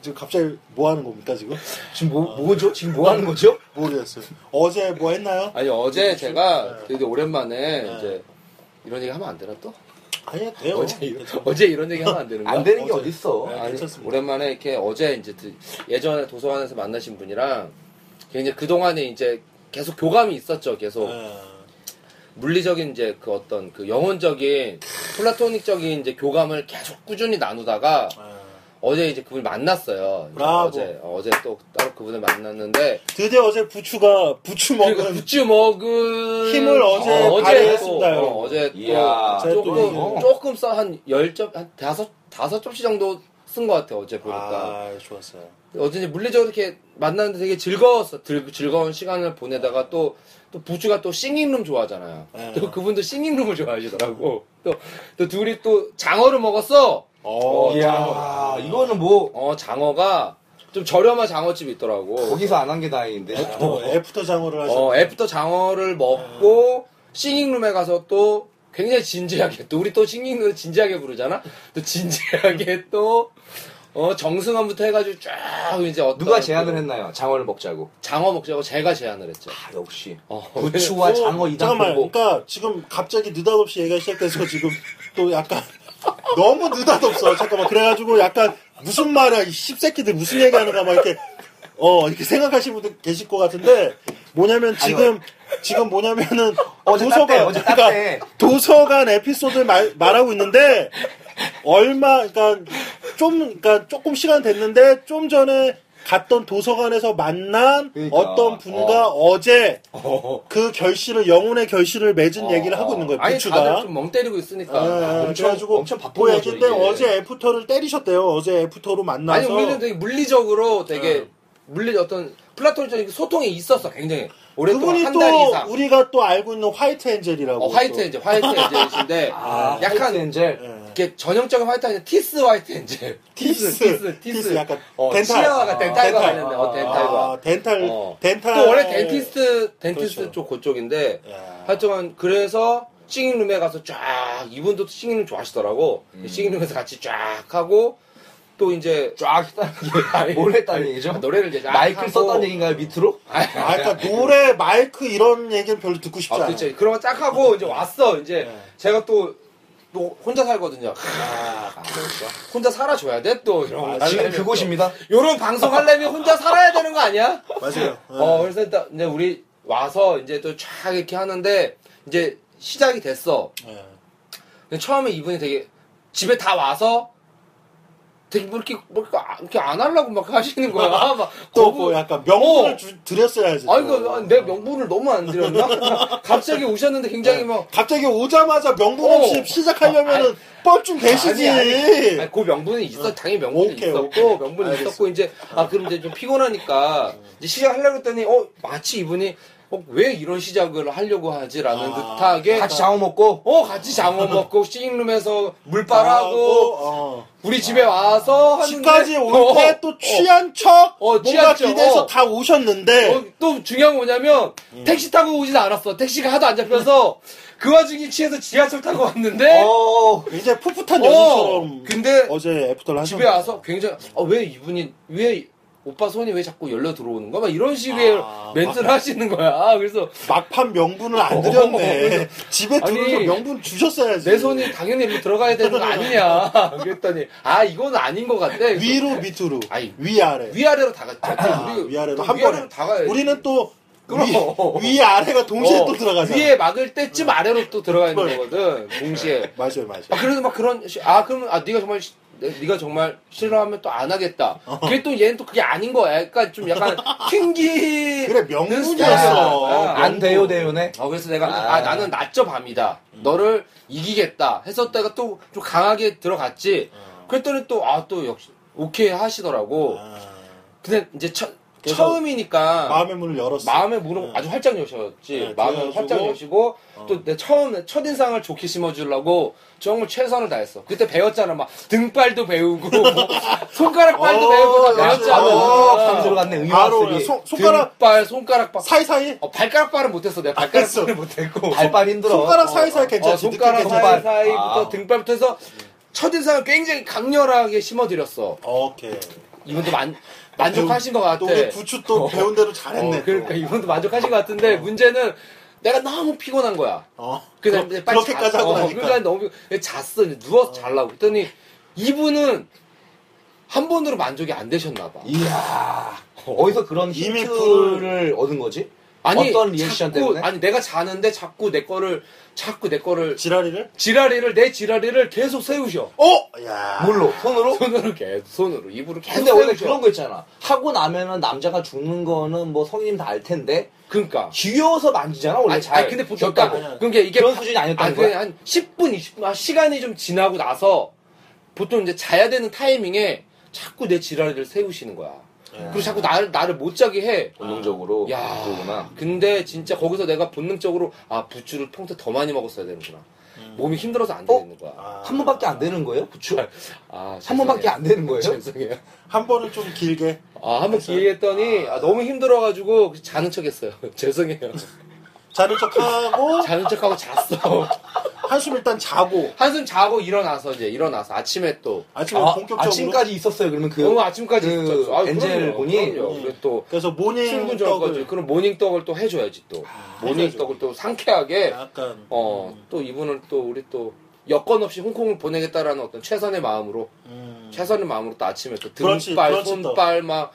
지금 갑자기 뭐 하는 겁니까 지금 지금 뭐, 뭐죠? 지금 뭐 하는 거죠? 모르겠어요. 어제 뭐 했나요? 아니 어제 제가 네. 되게 오랜만에 네. 이제 이런 얘기 하면 안 되나 또? 아니 돼요. 어제 이런 괜찮아요. 어제 이런 얘기 하면 안 되는 거야? 안 되는 게 어제. 어딨어. 네. 아니, 괜찮습니다. 오랜만에 이렇게 어제 이제 드- 예전에 도서관에서 만나신 분이랑 굉장히 그 동안에 이제 계속 교감이 있었죠. 계속 예. 물리적인 이제 그 어떤 그 영혼적인 플라토닉적인 이제 교감을 계속 꾸준히 나누다가 예. 어제 이제 그분을 만났어요. 이제 브라보. 어제 어, 어제 또 따로 그분을 만났는데 드디어 어제 부추가 부추 그리고 먹은 부츠 먹은 힘을 어제 발휘했습니다, 또, 여러분. 어, 어제 또 이야, 또 조금 이게. 조금 써한 열 점, 한 다섯 다섯 접시 정도 쓴 것 같아요. 어제 보니까 아 좋았어요. 어제 이제 물리적으로 이렇게 만났는데 되게 즐거웠어. 즐, 즐거운 시간을 보내다가 또, 또 부추가 또 싱잉룸 좋아하잖아요. 네. 또 그분도 싱잉룸을 좋아하시더라고. 또, 또 둘이 또 장어를 먹었어. 어, 이야, 이거는 뭐, 어, 장어가 좀 저렴한 장어집이 있더라고. 거기서 안 한 게 다행인데. 또 애프터 장어를 하셨네. 어, 애프터 장어를 먹고 싱잉룸에 가서 또 굉장히 진지하게 또 우리 또 싱잉룸 진지하게 부르잖아. 또 진지하게 또 어, 정승환부터 해가지고 쫙 이제 어떤 누가 제안을 그 했나요? 장어를 먹자고. 장어 먹자고 제가 제안을 했죠. 아, 역시. 어, 부추와 장어 이단 잠깐만, 보고. 그러니까 지금 갑자기 느닷없이 얘기가 시작돼서 지금 또 약간 너무 느닷없어. 잠깐만, 그래가지고 약간 무슨 말이야, 이 씹새끼들 무슨 얘기하는가 막 이렇게 어 이렇게 생각하시는 분들 계실 것 같은데 뭐냐면 지금 지금 뭐냐면은 그러니까 어제 땄대, 어제 땄대. 도서관 에피소드를 말, 말하고 있는데 얼마 그러니까 좀 그러니까 조금 시간 됐는데 좀 전에 갔던 도서관에서 만난 그러니까, 어떤 분과 어제 그 결실을 영혼의 결실을 맺은 얘기를 하고 있는 거예요. 어. 아니 부추가. 다들 좀멍 때리고 있으니까. 아, 엄청- 그래가지고 엄청 바쁜 그 거죠, 얘기인데 이게. 어제 애프터를 때리셨대요. 어제 애프터로 아니 만나서 우리는 그 되게 물리적으로 되게 네. 물리 어떤 플라토닉적인 소통이 있었어 굉장히 오랫동안 그분이 한 또 달 이상. 우리가 또 알고 있는 화이트 엔젤이라고 어, 화이트 또. 엔젤 화이트 엔젤이신데 아, 약간 약간 엔젤. 예. 이렇게 전형적인 화이트 엔젤 티스 화이트 엔젤 티스, 티스 티스 약간 어, 덴탈. 치아가 덴탈과 덴탈. 관련된 어, 덴탈과 아, 덴탈 어. 덴탈 또 원래 덴티스트 덴티스트 그렇죠. 쪽 그쪽인데 야. 하여튼 그래서 싱잉룸에 가서 쫙 이분도 싱잉룸 좋아하시더라고 음. 싱잉룸에서 같이 쫙 하고 또 이제 쫙 했다는 아니, 게, 뭘 했다는 얘기죠? 아, 노래를 이제 쫙 마이크를 하고. 썼다는 얘기인가요, 밑으로? 아니, 뭐 아, 그러니까 노래 마이크 이런 얘기는 별로 듣고 싶지 않아. 아, 그렇죠. 그런 거 쫙 하고 이제 왔어. 이제 네. 제가 또, 또 혼자 살거든요. 아, 혼자 살아줘야 돼? 또 이런 거. 지금 하려면 그곳입니다. 뭐, 또. 요런 방송 하려면 혼자 살아야 되는 거 아니야? 맞아요. 어, 그래서 일단 이제 우리 와서 이제 또 쫙 이렇게 하는데 이제 시작이 됐어. 예. 근데 처음에 이분이 되게 집에 다 와서 되게 뭐 이렇게 뭐 이렇게 안- 이렇게 안 하려고 막 하시는 거야. 막 또 거부- 뭐 약간 명분을 어. 주- 드렸어야지. 아니 또. 그내 명분을 너무 안 드렸나? 갑자기 오셨는데 굉장히 뭐 막 갑자기 오자마자 명분 어. 없이 시작하려면은 뻘쭘 되시지. 아니, 아니, 아니, 그 명분이 있어. 당연히 명분이 오케이, 있었고, 오케이. 명분이 알겠어. 있었고, 이제, 아, 그럼 이제 좀 피곤하니까, 이제 시작하려고 했더니, 어, 마치 이분이, 어, 왜 이런 시작을 하려고 하지라는 아, 듯하게. 같이 장어 먹고 어, 같이 장어 먹고, 싱잉룸에서 물 하고, 빨아고, 어. 우리 집에 와서 하는데. 집까지 올 때 어, 또 취한 척 어, 뭔가 취한 척, 기대해서 어. 다 오셨는데 어, 또 중요한 건 뭐냐면, 예. 택시 타고 오진 않았어. 택시가 하도 안 잡혀서, 그 와중에 취해서 지하철 타고 왔는데, 어 이제 풋풋한 어, 여인처럼 근데, 어제 애프터를 하셨 집에 와서 굉장히 아, 왜 이분이 왜 오빠 손이 왜 자꾸 열려 들어오는 거야? 막 이런 식의 아, 멘트를 하시는 거야. 아, 그래서 막판 명분을 안 어, 드렸네. 그래서- 집에 아니, 들어서 명분 주셨어야지. 내 손이 당연히 일로 들어가야 되는 거 아니냐. 그랬더니 아 이건 아닌 것 같아. 그래서 위로 밑으로 아니, 위아래 위아래로 다 갔지. 아, 우리- 위아래로 또 한 위아래로 번에 다 가야 우리는 또 그럼. 위, 위 아래가 동시에 또 들어가잖아. 위에 막을 때쯤 아래로 또 들어가 있는 뭘. 거거든. 동시에. 맞아요, 맞아요. 아, 그래서 막 그런 시- 아 그러면 아 네가 정말 시- 네가 정말 싫어하면 또 안 하겠다. 그게 또 얘는 또 그게 아닌 거야. 약간 좀 약간 튕기 그래 명분이었어. 아, 안 돼요 대요네 어, 그래서 내가 아. 아, 나는 낮저 밤이다. 너를 이기겠다. 했었다가 또 좀 강하게 들어갔지. 그랬더니 또 아 또 역시 오케이 하시더라고. 근데 이제 처, 그래서 처음이니까 아. 마음의 문을 열었어. 마음에 문을 아주 활짝 여셨지. 네, 마음을 그래가지고, 어. 활짝 여시고 또 내 처음 첫 인상을 좋게 심어주려고 정말 최선을 다했어. 그때 배웠잖아. 막 등발도 배우고 뭐 손가락 발도 어, 배우고 다 역시. 배웠잖아. 어, 감 들어갔네 바로 의마쓰기 손, 손가락 등발 손가락 발 사이사이 어, 발가락 발은 못했어. 내가 발가락 알았어. 발은 못했고 발발 힘들어 손가락 사이사이 괜찮지. 어, 손가락 느낌 사이 괜찮지? 사이부터 아. 등발부터 해서 첫인상을 굉장히 강렬하게 심어드렸어. 오케이. 이분도 만, 만족하신 것 또 같아. 네. 우리 부추 또 배운 대로 잘했네. 어, 그러니까 이분도 만족하신 것 같은데 문제는 내가 너무 피곤한 거야. 어. 그래서 그, 이제 빨리 그렇게까지 자- 하고 어, 나니까. 그러니까 너무 피- 잤어. 이제 누워서 자려고. 그랬더니 이분은 한 번으로 만족이 안 되셨나 봐. 이야 어디서 그런 이미 힌트를 얻은 거지? 어떤 리액션 자꾸- 때문에? 아니 내가 자는데 자꾸 내 거를 자꾸 내 거를 지랄이를? 지랄이를 내 지랄이를 계속 세우셔. 어? 야. 뭘로? 손으로? 손으로 계속 손으로 입으로 계속 근데 원래 세우죠. 그런 거 있잖아. 하고 나면은 남자가 죽는 거는 뭐 성인님 다 알 텐데 그러니까 귀여워서 만지잖아 원래 아니, 잘. 아니, 근데 보통 귀엽다고. 그러니까 그러니까 그러니까 이게 그런 바- 수준이 아니었다는 그냥 거야? 한 10분 20분 아, 시간이 좀 지나고 나서 보통 이제 자야 되는 타이밍에 자꾸 내 지랄을 세우시는 거야 그리고 자꾸 나를 나를 못 자게 해 본능적으로 야, 아. 어, 그거구나. 근데 진짜 거기서 내가 본능적으로 아 부추를 평소에 더 많이 먹었어야 되는구나 몸이 힘들어서 안 어? 되는 거야 아, 한 번밖에 안 되는 거예요? 부추? 아, 한 번밖에 안 되는 거예요? 죄송해요 한 번은 좀 길게. 아 한 번 얘기했더니 아, 너무 힘들어가지고 자는 척했어요 죄송해요 자는 척하고 자는 척하고 잤어 한숨 일단 자고 한숨 자고 일어나서 이제 일어나서 아침에 또 아침에 아, 본격적으로 아침까지 있었어요. 그러면 그 너무 아침까지 그 있었죠. 아유, 엔젤 그럼요, 분이? 그럼요. 네. 그리고 또 그래서 모닝 출근 전까지 떡을 그럼 모닝떡을 또 해줘야지 또 해줘야죠. 모닝떡을 또 상쾌하게 약간 음, 어 또 이분은 또 우리 또 여건 없이 홍콩을 보내겠다라는 어떤 최선의 마음으로 음, 최선의 마음으로 또 아침에 또 브런치, 등발 브런치 손발 막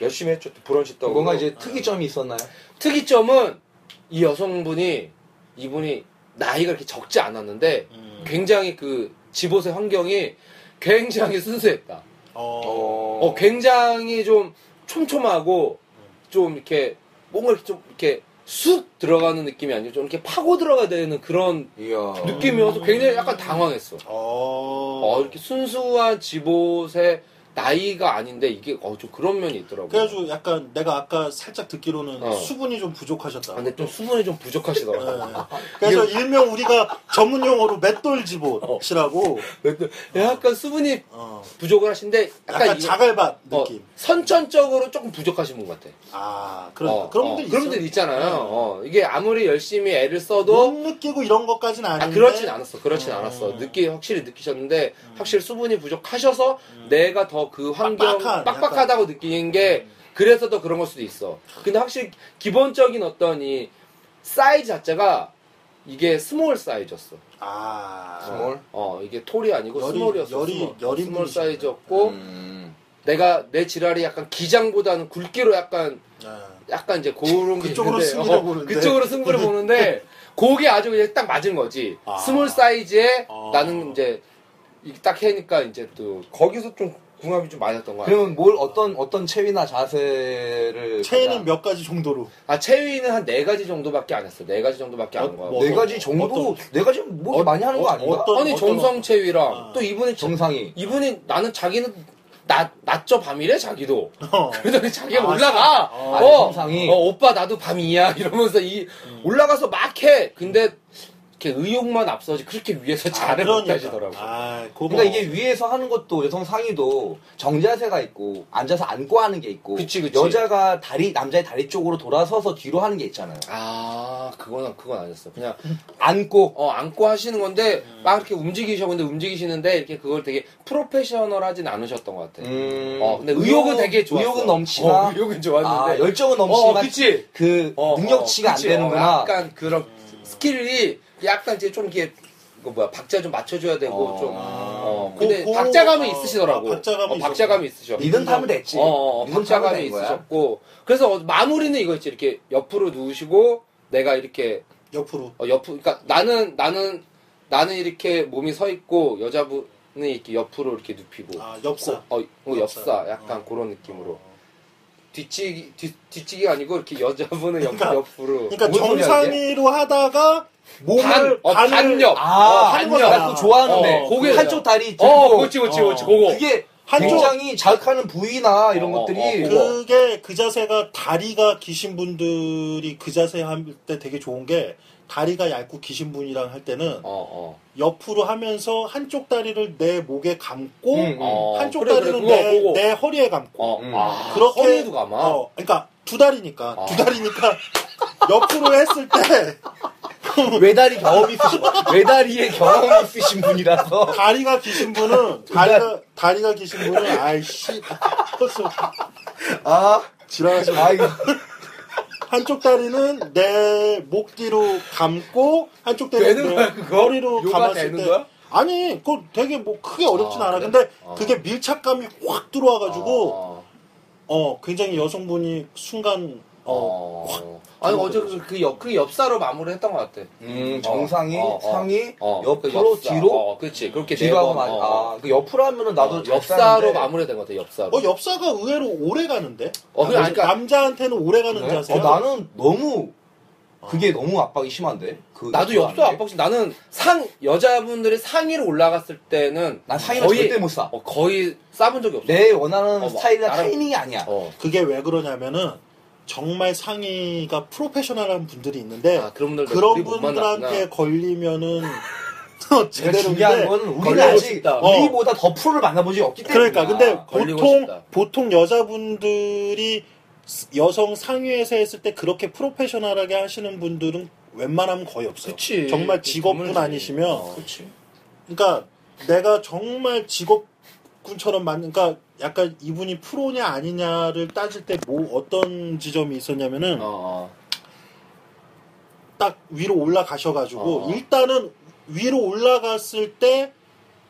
열심히 했죠 또 브런치 떡 뭔가 이제 특이점이 있었나요? 특이점은 이 여성분이 이분이 나이가 이렇게 적지 않았는데 음. 굉장히 그 집옷의 환경이 굉장히 순수했다. 어, 어, 굉장히 좀 촘촘하고 좀 이렇게 뭔가 이렇게 좀 이렇게 쑥 들어가는 느낌이 아니고 좀 이렇게 파고 들어가야 되는 그런 이야. 느낌이어서 굉장히 약간 당황했어. 어. 어, 이렇게 순수한 집옷의 나이가 아닌데 이게 어, 좀 그런 면이 있더라고. 그래가지고 약간 내가 아까 살짝 듣기로는 어. 수분이 좀 부족하셨다. 아, 근데 좀 수분이 좀 부족하시더라고. 네. 그래서 일명 우리가 전문 용어로 맷돌지봇이라고 약간 수분이 어. 부족을 하신데 약간, 약간, 이게- 자갈밭 어, 느낌. 선천적으로 조금 부족하신 분 같아. 아 그런 어, 그런 어, 분들 있어요. 그런 네. 음. 분들 있잖아요. 어, 이게 아무리 열심히 애를 써도 못 느끼고 이런 것까지는 아닌데. 아, 그렇진 않았어. 그렇진 어. 음. 않았어. 느끼 확실히 느끼셨는데 확실히 수분이 부족하셔서 내가 더 그 환경 빡빡한, 빡빡하, 다고 느끼는 게 그래서 더 그런 걸 수도 있어. 근데 확실히 기본적인 어떤 이 사이즈 자체가 이게 스몰 사이즈였어. 아. 스몰. 어, 이게 톨이 아니고 열이- 스몰이었어. 열이- 스몰, 열이 스몰 분이시네. 사이즈였고 음. 내가 내 지랄이 약간 기장보다는 굵기로 약간 네. 약간 이제 그런 게 그쪽으로 있는데, 어, 승부를 보는데. 음. 그쪽으로 승부를 보는데 그게 아주 그냥 딱 맞은 거지 아. 스몰 사이즈에 아. 나는 이제 이딱 해니까 이제 또 거기서 좀 궁합이 좀 맞았던 것 같아요. 그러면 뭘 어떤 어떤 체위나 네. 자세를 체는 가장- 몇 가지 정도로. 아 체위는 한 네 가지 정도밖에 안 했어. 네 가지 정도밖에 어, 안 거. 뭐. 네 가지 정도 네 가지 뭐 이렇게 어, 많이 하는 거 어, 아닌가? 어떤- 아니 정성 체위랑 아. 또 이분이 정 정상이 이분이 나는 자기는 낮 낮죠 밤이래 자기도. 어. 그러더니 자기가 아, 올라가. 아, 어, 정상이. 음. 어, 오빠 나도 밤이야 이러면서 이 올라가서 막 해. 근데 이렇게 의욕만 앞서지 그렇게 아, 위에서 잘을 못 그러니까. 하시더라고. 아, 그거 그러니까 이게 위에서 하는 것도 여성 상의도 정자세가 있고 앉아서 안고 하는 게 있고 그치, 그치. 여자가 다리 남자의 다리 쪽으로 돌아서서 뒤로 하는 게 있잖아요. 아 그건 그건 아니었어. 그냥 안고 어, 안고 하시는 건데, 음. 막 이렇게 움직이셔. 근데 움직이시는데, 이렇게 그걸 되게 프로페셔널 하진 않으셨던 것 같아. 어, 근데 의욕은 되게 좋았어. 음. 의욕은 넘치나 어, 의욕은 좋았는데. 아, 열정은 어, 넘치지만 그치? 그 어, 어, 능력치가 그치? 안 되는구나. 어, 약간 그런 스킬이 약간 이제 좀 이렇게, 이거 뭐야, 박자 좀 맞춰줘야 되고, 어. 좀. 어, 고- 근데 고- 박자감은 아. 그 어, 있으시더라고. 아, 박자감이 어, 박자감이 있으셔. 리듬 타면 됐지. 어, 어, 어, 리듬 타면 박자감이 된 거야. 있으셨고. 그래서 어, 마무리는 이거 있지. 이렇게 옆으로 누우시고, 내가 이렇게 옆으로. 어, 옆, 그러니까 나는 나는 나는 이렇게 몸이 서 있고 여자분은 이렇게 옆으로 이렇게 눕히고, 아, 옆사. 어, 어 옆사. 옆사 약간 그런 느낌으로 뒤치기 뒤, 뒤치기가 아니고 이렇게 여자분은 옆, 그러니까- 옆으로. 그러니까 뭔 소리야, 이게? 정상이로 하다가 반, 몸을 어, 아, 어, 반옆, 한 하는 거야. 나 그거 좋아하는데. 어, 그게- 한쪽 다리 들고 어, 그렇지, 그렇지, 어. 그렇지, 그거. 그게 한쪽- 굉장히 자극하는 부위나 이런 어, 어, 것들이 어, 그게 그 자세가 다리가 기신 분들이 그 자세 할 때 되게 좋은 게 다리가 얇고 기신 분이랑 할 때는 어, 어. 옆으로 하면서 한쪽 다리를 내 목에 감고 음, 음. 어, 한쪽 그래, 그래, 다리는 그거 내, 보고. 내 허리에 감고 어, 음. 아, 그렇게- 허리에도 감아. 어, 그러니까 두 다리니까 아. 두 다리니까 옆으로 했을 때그 외다리 경험이 있으신 외다리에 경험이 있으신 분이라서 다리가 기신 분은 다리가 다리가 기신 분은 아이씨 아, 지랄하지 마. 아 이거 한쪽 다리는 내 목 뒤로 감고 한쪽 다리는 되는 내 거야, 그거? 허리로 요가 감았을 되는 때 거야? 아니 그거 되게 뭐 크게 어렵진 아, 않아 그래? 근데 어. 그게 밀착감이 확 들어와가지고 어, 어, 굉장히 여성분이 순간 어, 어. 아니 어제 그, 그 옆, 그 옆사로 마무리 했던 것 같아. 음, 정상이 어, 어, 상이 어, 그 옆으로 옆사. 뒤로 어, 그렇지. 그렇게 뒤로 하고 네번 마- 어. 아, 그 옆으로 하면은 나도 어, 잘 옆사로 사는데 마무리된 것 같아. 옆사로. 어, 엽사가 의외로 오래 가는데 어, 그래, 그러니까- 남자한테는 오래 가는 그래? 자세야 어, 나는 너무 아. 그게 너무 압박이 심한데. 그 나도 옆으로 옆사 하는 게. 압박시 나는 상 여자분들이 상의로 올라갔을 때는 난 상의로 거의- 절대 네. 못 사. 어, 거의 싸본 적이 없어. 내 원하는 어, 스타일이나 나랑- 타이밍이 아니야. 어. 그게 왜 그러냐면은 정말 상의가 프로페셔널한 분들 이 있는데 아, 그런 분들 그런 우리 못 분들한테 만났구나. 걸리면은 어, 제가 제대로인데 중요한 거는 우리는 걸리고 아직 싶다. 어. 우리보다 더 프로를 만나보지 없기 때문에. 그러니까 근데 아, 걸리고 보통 싶다. 보통 여자분들이 스- 여성 상위에서 했을 때 그렇게 프로페셔널하게 하시는 분들은 웬만하면 거의 없어요. 그치. 정말 직업군 드물지. 아니시면 어. 그렇지. 그러니까 내가 정말 직업군처럼 만 그러니까 약간 이분이 프로냐 아니냐를 따질 때 뭐 어떤 지점이 있었냐면은 어, 어. 딱 위로 올라가셔가지고 어. 일단은 위로 올라갔을 때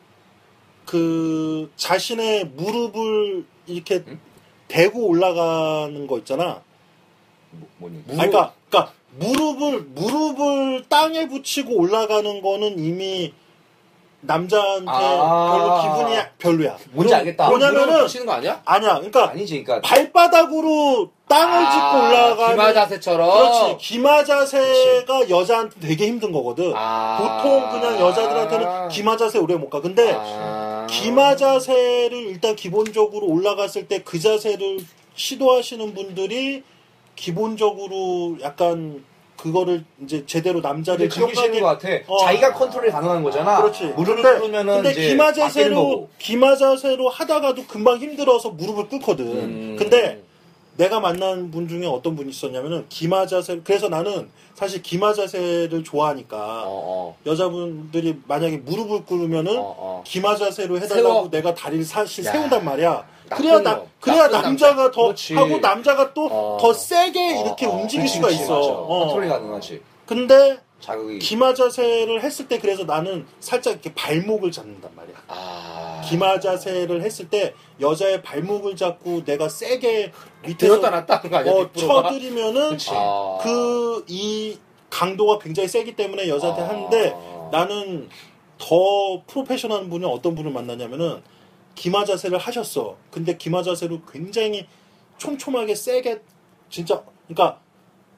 그 자신의 무릎을 이렇게 대고 올라가는 거 있잖아. 뭐니? 아니, 그러니까, 그러니까 무릎을 무릎을 땅에 붙이고 올라가는 거는 이미 남자한테 아. 별로 기분이 별로야. 뭔지 알겠다. 뭐냐면은 치는 거 아니야? 아니야. 그러니까 아니지, 그러니까 발바닥으로 땅을 짚고 올라가는 아, 기마 자세처럼. 그렇지. 기마 자세가 여자한테 되게 힘든 거거든. 아. 보통 그냥 여자들한테는 기마 자세 오래 못 가. 근데 아. 기마 자세를 일단 기본적으로 올라갔을 때 그 자세를 시도하시는 분들이 기본적으로 약간 그거를 이제 제대로 근데 남자를 그게 싫은 것 같아. 어. 자기가 컨트롤이 가능한 거잖아. 그렇지. 무릎을 근데- 꿇으면은 근데 이제 아, 기마 바뀌는 자세로 거고. 기마 자세로 하다가도 금방 힘들어서 무릎을 꿇거든. 음. 근데 내가 만난 분 중에 어떤 분이 있었냐면은 기마 자세 그래서 나는 사실 기마 자세를 어, 좋아하니까 어. 여자분들이 만약에 무릎을 어, 꿇으면은 어. 기마 자세로 해달라고 세워. 내가 다리를 사실 야. 세운단 말이야. 나쁜 그래야 나 놈. 그래야 나쁜 남자가 더 그렇지. 하고 남자가 또 어. 더 세게 어, 이렇게 어. 움직일 그렇지, 수가 그렇지, 있어. 맞아. 어. 컨트롤이 가능하지. 근데 자극이. 기마 자세를 했을 때 그래서 나는 살짝 이렇게 발목을 잡는단 말이야. 아. 기마 자세를 했을 때 여자의 발목을 잡고 내가 세게 밑에서 들었다 놨다 하는 거 아니야? 어, 뒷부러가? 쳐드리면은 그치. 아. 그 이 강도가 굉장히 세기 때문에 여자한테 아. 하는데 나는 더 프로페셔널한 분은 어떤 분을 만나냐면은 기마 자세를 하셨어. 근데 기마 자세로 굉장히 촘촘하게 세게 진짜 그러니까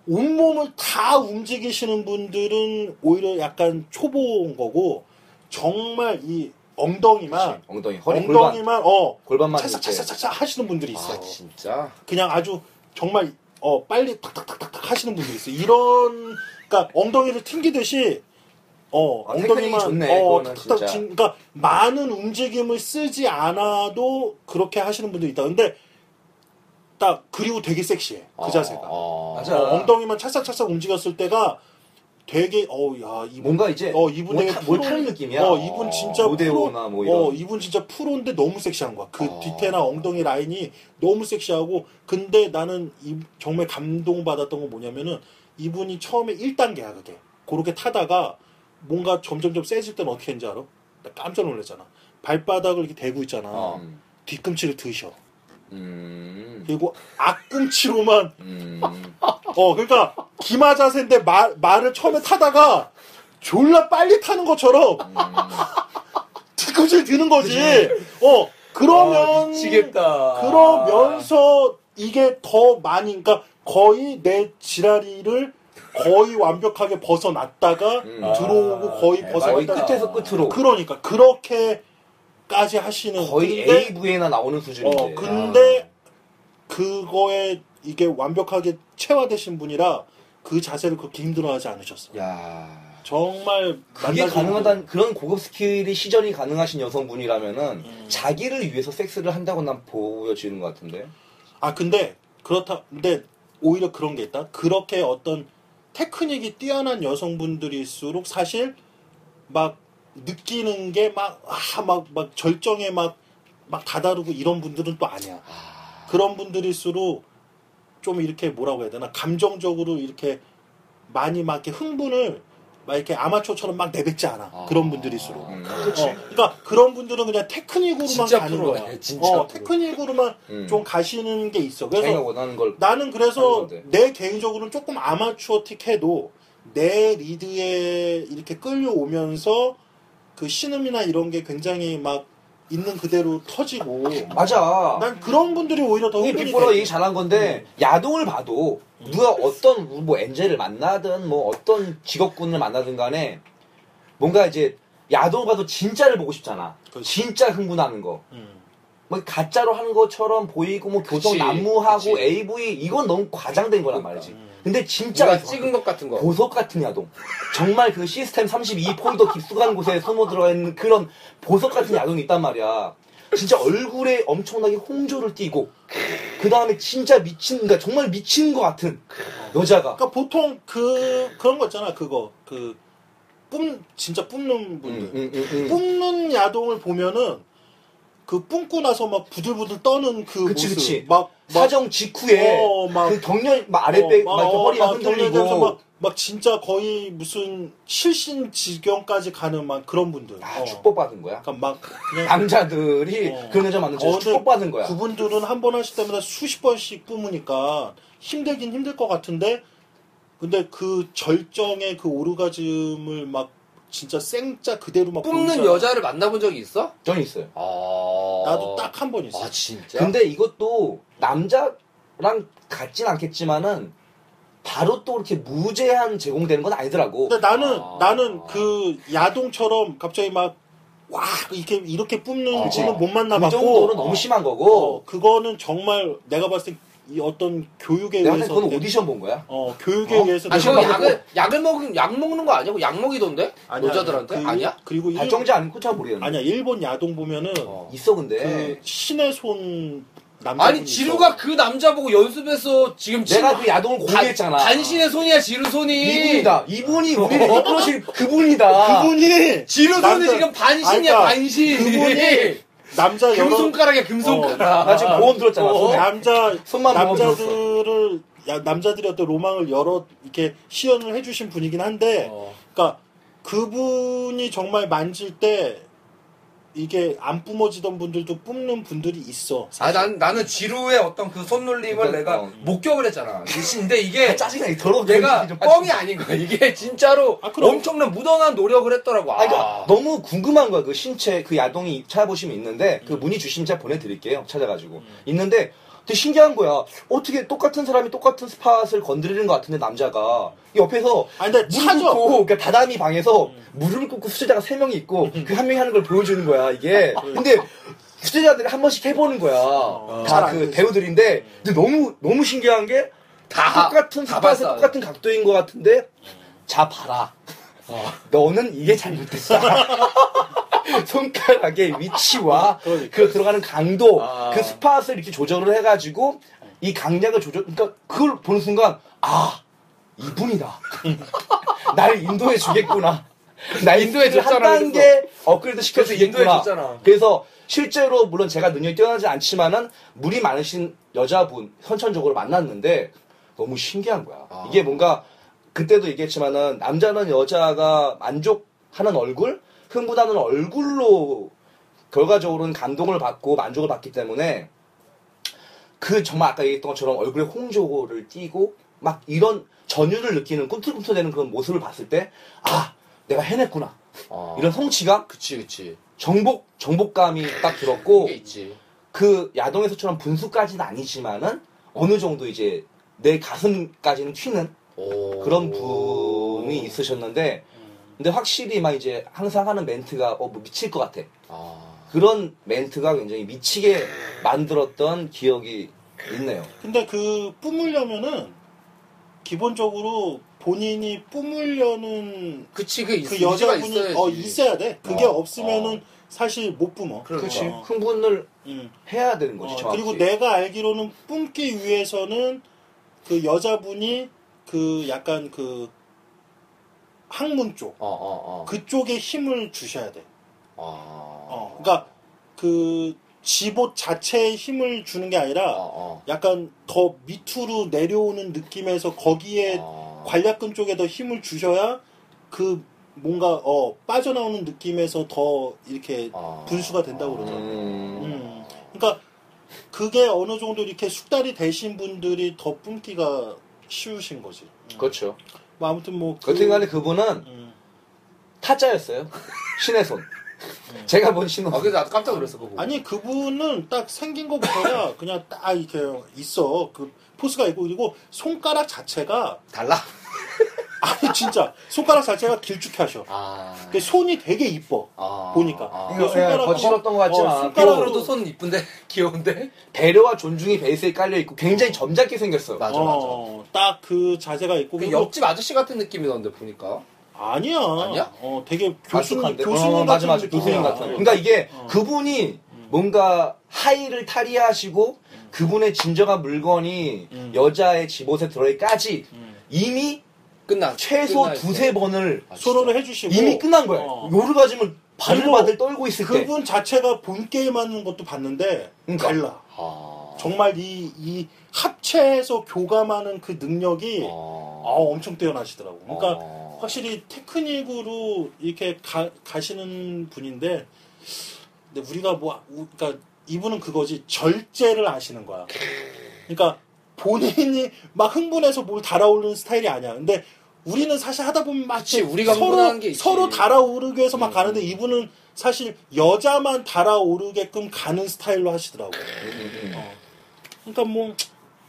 온몸을 다 움직이시는 분들은 오히려 약간 초보인 거고 정말 이 엉덩이만 엉덩이, 뭐 허리, 골반. 엉덩이만 어 골반만 이렇게. 찰싹찰싹찰싹 하시는 분들이 있어. 아 진짜 그냥 아주 정말 어 빨리 탁탁탁탁탁 하시는 분들이 있어. 요 이런 그러니까 엉덩이를 튕기듯이 어 아, 테크닉이 엉덩이만 좋네, 어 그거는 탁탁 진짜. 진- 그러니까 많은 움직임을 쓰지 않아도 그렇게 하시는 분들이 있다. 근데 딱 그리고 되게 섹시해 아. 그 자세가. 어, 맞아. 어, 엉덩이만 찰싹찰싹 움직였을 때가 되게 어야 이분 뭔가 이제 어 이분 뭘 되게 타- 뭘 프로- 타는 느낌이야. 어 이분 진짜 모델오나 뭐 이런. 아. 어 이분 진짜 프로인데 너무 섹시한 거야. 그 어. 뒤태나 엉덩이 라인이 너무 섹시하고 근데 나는 이- 정말 감동받았던 건 뭐냐면은 이분이 처음에 1단계야 그게. 그렇게 타다가 뭔가 점점점 세질 때는 어떻게 했는지 알아? 나 깜짝 놀랐잖아. 발바닥을 이렇게 대고 있잖아. 어. 뒤꿈치를 드셔. 음. 그리고 앞꿈치로만 음. 어, 그러니까 기마 자세인데 말 말을 처음에 타다가 졸라 빨리 타는 것처럼 뒤꿈치를 드는 거지. 어, 아, 그러면 미치겠다. 그러면서 이게 더 많이 그러니까 거의 내 지랄이를 거의 완벽하게 벗어났다가 음. 들어오고 거의 아, 거의 벗어났다. 맞다. 끝에서 끝으로. 그러니까 그렇게까지 하시는 거의 근데 AV에나 나오는 수준인데. 어, 근데 그거에 이게 완벽하게 체화되신 분이라 그 자세를 그렇게 힘들어하지 않으셨어요. 야. 정말 그게 만나기 가능하단 그런 고급 스킬이 시전이 가능하신 여성분이라면은 음. 자기를 위해서 섹스를 한다고 난 보여지는 것 같은데. 아 근데 그렇다 근데 오히려 그런 게 있다 그렇게 어떤 테크닉이 뛰어난 여성분들일수록 사실 막 느끼는 게 막 아 막 막 절정에 막 막 다다르고 이런 분들은 또 아니야 그런 분들일수록 좀 이렇게 뭐라고 해야 되나 감정적으로 이렇게 많이 막 이렇게 흥분을 막 이렇게 아마추어처럼 막 내뱉지 않아 그런 분들일수록 음. 어, 그러니까 그런 분들은 그냥 테크닉으로만 진짜 가는 프로네, 거야. 진짜 어, 프로. 테크닉으로만 음. 좀 가시는 게 있어. 자기가 그래서 원하는 걸 나는 그래서 하는 건데. 내 개인적으로는 조금 아마추어틱해도 내 리드에 이렇게 끌려오면서 그 신음이나 이런 게 굉장히 막 있는 그대로 터지고 맞아. 난 그런 분들이 오히려 더 이게 흥분이 빅보라 돼. 음. 얘기 잘한 건데 야동을 봐도 누가 어떤 뭐 엔젤을 만나든 뭐 어떤 직업군을 만나든 간에 뭔가 이제 야동을 봐도 진짜를 보고 싶잖아. 그렇지. 진짜 흥분하는 거. 음. 뭐 가짜로 하는 것처럼 보이고 뭐 교성 그치, 난무하고 그치. AV 이건 너무 과장된 거란 말이지. 근데 진짜 누가 찍은 것 같은 거 보석 같은 야동. 정말 그 시스템 32 폴더 깊숙한 곳에 숨어 들어가 있는 그런 보석 같은 야동이 있단 말이야. 진짜 얼굴에 엄청나게 홍조를 띠고 그 다음에 진짜 미친, 그러니까 정말 미친 것 같은 여자가. 그러니까 보통 그 그런 거 있잖아 그거 그 뿜 진짜 뿜는 분들 음, 음, 음, 음. 뿜는 야동을 보면은 그 뿜고 나서 막 부들부들 떠는 그 그치, 모습 그치. 막, 막 사정 직후에 어, 막- 그 경련 막 어, 아랫배 막 이렇게 허리가 막 흔들리고 돌려대면서 막, 막 진짜 거의 무슨 실신 지경까지 가는 막 그런 분들. 아, 어. 축복받은 거야. 그러니까 막 그냥 남자들이 어. 그런 여자 만나서 어, 근데 축복받은 거야. 그분들은 한 번 하실 때마다 수십 번씩 뿜으니까 힘들긴 힘들 것 같은데 근데 그 절정의 그 오르가즘을 막 진짜 생짜 그대로 막 뿜는 보이잖아. 여자를 만나본 적이 있어? 전 있어요. 아 나도 딱 한 번 있어. 아 진짜? 근데 이것도 남자랑 같진 않겠지만은 바로 또 이렇게 무제한 제공되는 건 아니더라고. 그 근데 나는 아. 나는 그 야동처럼 갑자기 막 와 이렇게 이렇게 아, 뿜는 그치. 지는 못 그 만나봤고 정도는 너무 심한 거고. 어, 그거는 정말 내가 봤을 때이 어떤 교육에 내가 의해서 생각해 그건 된- 오디션 본 거야. 어 교육에 의해서 아니 된 그거 거고. 약을 약을 먹은 약 먹는 거 아니야? 그거 약 먹이던데 아니야, 여자들한테 그리고- 아니야? 그리고 일, 발정지 아니고 잘 모르겠는데. 아니야 일본 야동 보면은 어. 있어 그 근데. 신의 손 남자 아니 지루가 그 남자 보고 연습해서 지금 내가 친- 그 야동을 간- 공개했잖아. 간신의 손이야 지루 손이 이분이다. 이분이 우리를 이끌어줄 그분이다. 그분이 지루 손이 아. 남자- 지금 반신이야 아니, 그러니까 반신 그분이 남자 여러 어. 금손가락이야 금손가락 나 지금 보험 들었잖아. 어. 손에. 남자 손만 보면 남자들을 야, 남자들이 어떤 로망을 여러 이렇게 시연을 해주신 분이긴 한데 어. 그러니까 그분이 정말 만질 때 이게 안 뿜어지던 분들도 뿜는 분들이 있어. 아, 난, 나는 지루의 어떤 그 손놀림을 그러니까, 내가 어. 목격을 했잖아. 근데 이게 짜증나 이 더러운 내가 얘기 좀 뻥이 아닌 거야. 이게 진짜로 아, 그럼. 엄청난 무던한 노력을 했더라고. 아, 아니, 그러니까 너무 궁금한 거야. 그 신체, 그 야동이 찾아보시면 있는데, 음. 그 문의 주시면 제가 보내드릴게요. 찾아가지고. 있는데, 되게 신기한 거야. 어떻게 똑같은 사람이 똑같은 스팟을 건드리는 것 같은데, 남자가. 옆에서. 아 근데 무릎 찾아. 꿇고, 그러니까 다다미 방에서 무릎을 꿇고 수제자가 세명이 있고, 그 한 명이 하는 걸 보여주는 거야, 이게. 근데, 수제자들이 한 번씩 해보는 거야. 잘 다 안 그 되지. 배우들인데, 근데 너무, 너무 신기한 게, 다, 똑같은 다 스팟에 봤어. 똑같은 각도인 것 같은데, 자, 봐라. 어, 너는 이게 잘못됐어. 손가락의 위치와 그 들어가는 강도, 아. 그 스팟을 이렇게 조절을 해가지고 이 강약을 조절, 그러니까 그걸 보는 순간 아 이분이다. 날 인도해 주겠구나. 날 인도해 스킬을 줬잖아, 한 단계 업그레이드 시켜서 그래서 인도해 인도해 줬잖아. 줬잖아. 그래서 실제로 물론 제가 능력이 뛰어나지 않지만은 물이 많으신 여자분 선천적으로 만났는데 너무 신기한 거야. 아. 이게 뭔가 그때도 얘기했지만은 남자는 여자가 만족하는 얼굴, 흥분하는 얼굴로 결과적으로는 감동을 받고 만족을 받기 때문에 그 정말 아까 얘기했던 것처럼 얼굴에 홍조를 띄고 막 이런 전율을 느끼는 꿈틀꿈틀대는 그런 모습을 봤을 때 아 내가 해냈구나 아, 이런 성취감 그치, 그치. 정복 정복감이 딱 들었고 그게 있지. 그 야동에서처럼 분수까지는 아니지만은 어느 정도 이제 내 가슴까지는 튀는 오. 그런 분이 있으셨는데 음. 근데 확실히 막 이제 항상 하는 멘트가 어뭐 미칠 것 같아 아. 그런 멘트가 굉장히 미치게 만들었던 기억이 있네요. 근데 그 뿜으려면은 기본적으로 본인이 뿜으려는 그치, 그, 있, 그 의지가 여자분이 있어야지. 어 있어야 돼. 그게 어, 없으면은 사실 못 뿜어. 그러니까. 그치. 어, 흥분을 음. 해야 되는 거지. 어, 정확히. 음. 그리고 내가 알기로는 뿜기 위해서는 그 여자분이 그 약간 그 항문 쪽 어, 어, 어. 그쪽에 힘을 주셔야 돼. 어. 어, 그러니까 그 집옷 자체에 힘을 주는 게 어, 아니라 어. 약간 더 밑으로 내려오는 느낌에서 거기에 어. 관략근 쪽에 더 힘을 주셔야 그 뭔가 어 빠져나오는 느낌에서 더 이렇게 어. 분수가 된다고 그러죠. 음. 음. 그러니까 그게 어느 정도 이렇게 숙달이 되신 분들이 더 뿜기가 쉬우신 거지. 음. 그렇죠. 뭐 아무튼 뭐 그- 어쨌든 간에 그분은 음. 타짜였어요. 신의 손. 음. 제가 본 신은 아, 그래서 나도 깜짝 놀랐어, 뭐. 그거. 보고. 아니 그분은 딱 생긴 것보다 그냥 딱 이렇게 있어 그 포스가 있고 그리고 손가락 자체가 달라? 아니 진짜 손가락 자체가 길쭉하셔. 아. 근데 손이 되게 이뻐. 아. 그 보니까. 아. 이거 예, 거칠었던 것 같진 어, 않아. 손가락으로도 손가락으로도 손 이쁜데? 귀여운데? 배려와 존중이 베이스에 깔려 있고 굉장히 점잖게 생겼어. 맞아, 딱 그 자세가 있고 그 그리고 옆집 아저씨 같은 느낌이던데, 보니까. 아니야. 아니야? 어 되게 교수님 가죽한데. 교수님 같은 어, 맞아 맞아 느낌이야. 교수님 같은. 그러니까 이게 그분이 뭔가 하의를 탈의하시고 그분의 진정한 물건이 음. 여자의 집옷에 들어있까지 음. 이미 아, 끝나. 최소 끝나 있어. 두세 번을 아, 진짜. 서로를 해주시고 이미 끝난 거예요. 어. 요르가즘을 그리고 바들바들 떨고 있을 때. 그분 자체가 본 게임 하는 것도 봤는데 그러니까. 어. 달라. 아. 정말 이, 이 합체해서 교감하는 그 능력이 어. 아, 아. 엄청 뛰어나시더라고. 그러니까 아. 확실히 테크닉으로 이렇게 가, 가시는 분인데 근데 우리가 뭐 우- 그러니까 이분은 그거지 절제를 아시는 거야. 그러니까 본인이 막 흥분해서 뭘 달아오르는 스타일이 아니야. 근데 우리는 사실 하다 보면 막 그치, 우리가 서로 흥분하는 게 있지. 서로 달아오르기 위해서 막 음. 가는데 이분은 사실 여자만 달아오르게끔 가는 스타일로 하시더라고. 어. 그러니까 뭐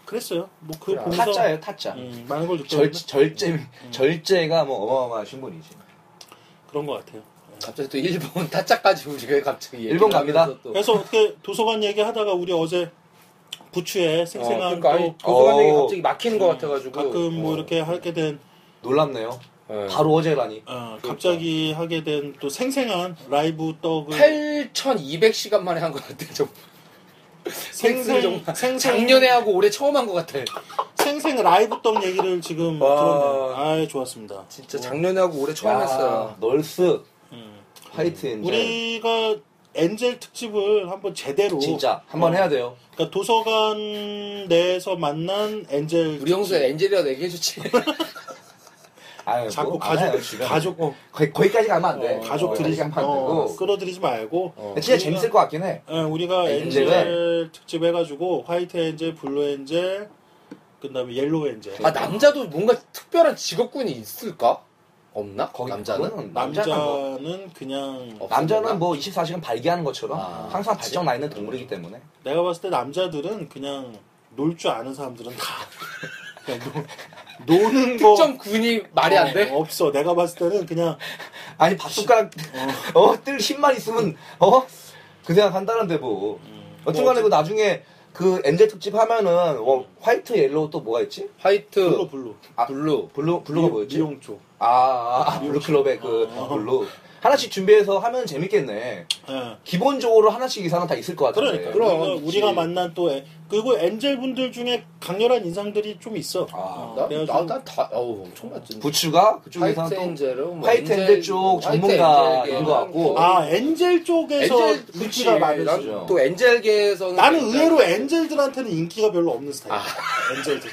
그랬어요. 뭐 그 그래, 보면서 타짜예요 타짜. 음, 많은 걸 느꼈는데 절, 절제 절제가 뭐 어마어마하신 분이지. 그런 것 같아요. 갑자기 또 일본 타짜까지 우리가 갑자기. 일본 얘기를 갑니다. 하면서 또. 그래서 어떻게 도서관 얘기하다가 우리 어제 부추에 어, 생생한 그러니까 아니, 또 도서관 얘기 어. 갑자기 막히는 것 같아가지고 가끔 뭐 어. 이렇게 하게 된 놀랍네요. 예. 바로 어제라니. 어, 그러니까. 갑자기 하게 된 또 생생한 라이브 떡을 8,200시간 만에 한 것 같아 좀 생생 정말 생생 작년에 하고 올해 처음 한 것 같아 생생 라이브 떡 얘기를 지금 와. 들었네요. 아 좋았습니다. 진짜 작년에 하고 올해 처음 야, 했어요 널스 음. 화이트 엔젤. 우리가 엔젤 특집을 한번 제대로 진짜 한번 해야 돼요. 그러니까 도서관 내에서 만난 엔젤 우리 형수 엔젤이라도 얘기해줬지 아유, 자꾸 안 해요, 가족 지금. 가족 어, 거기, 거기까지 가면 안 네. 돼. 가족들이 거기까지 가면 안 어, 되고. 끌어들이지 말고 근데 진짜 재밌을 것 같긴 해. 예, 우리가 엔젤. 엔젤 특집 해가지고 화이트 엔젤, 블루 엔젤, 그다음에 옐로우 엔젤. 아 남자도 뭔가 특별한 직업군이 있을까? 없나? 거기 남자는? 그거는 남자는 뭐, 남자는 그냥 없었나? 남자는 뭐 24시간 발기하는 것처럼 아, 항상 발정 나 있는 동물이기 때문에. 내가 봤을 때 남자들은 그냥 놀 줄 아는 사람들은 다 그냥 노, 노는 거 특정 군이 말이 안 돼? 어, 없어. 내가 봤을 때는 그냥 아니 밥숟가락 어 뜰 힘만 있으면 어 그 생각 한다는데 뭐 어쨌든 간에 그 나중에 그 엔젤 특집 하면은 어, 화이트 옐로우 또 뭐가 있지 화이트, 블루 블루 아, 블루. 블루 블루가 미- 뭐였지 미용초. 아, 아, 아, 블루 클럽의 그 블루 하나씩 준비해서 하면 재밌겠네 예. 기본적으로 하나씩 이상은 다 있을 것 같은데 그러니까 그럼, 우리가, 있지. 우리가 만난 또 엔- 그리고 엔젤 분들 중에 강렬한 인상들이 좀 있어. 아, 어, 나, 내가 나, 좀- 나 다, 어우, 엄청 맞지. 부츠가 그쪽 화이트 이상 또 엔젤은 뭐 화이트 엔젤 쪽 전문가인 것 같고. 아 엔젤 쪽에서 엔젤 인기가 많으시죠. 난- 또 엔젤계에서는 나는 굉장히- 의외로 엔젤들한테는 인기가 별로 없는 스타일이야. 아. 엔젤들.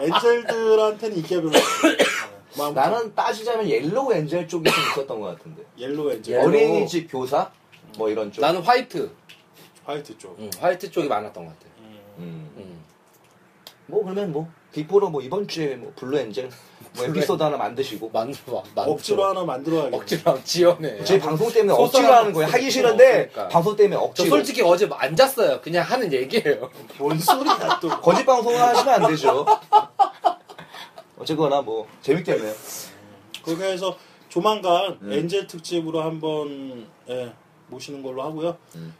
엔젤들한테는 인기가 별로 없어. 나는 따지자면 옐로우 엔젤 쪽이 좀 있었던 것 같은데 옐로우 엔젤. 옐로우. 어린이집 교사 뭐 이런 쪽 나는 화이트. 화이트 쪽. 응, 화이트 쪽이 많았던 것 같아. 음. 응. 뭐 그러면 뭐 빅보로 뭐 이번 주에 뭐 블루 엔젤 뭐 블루 에피소드 하나 만드시고 만들어, 만들어. 억지로 하나 만들어야겠네. 억지로 하면 지연해. 저희 방송 때문에 소설 억지로 하나 하는 거예요 하기 만들어. 싫은데 그러니까. 방송 때문에 저 억지로 솔직히 어제 앉았어요. 그냥 하는 얘기예요. 뭔 소리야 또. 거짓 방송을 하시면 안 되죠 어쨌거나 뭐 재밌겠네요 그렇게 해서 조만간 음. 엔젤 특집으로 한번 예, 모시는 걸로 하고요.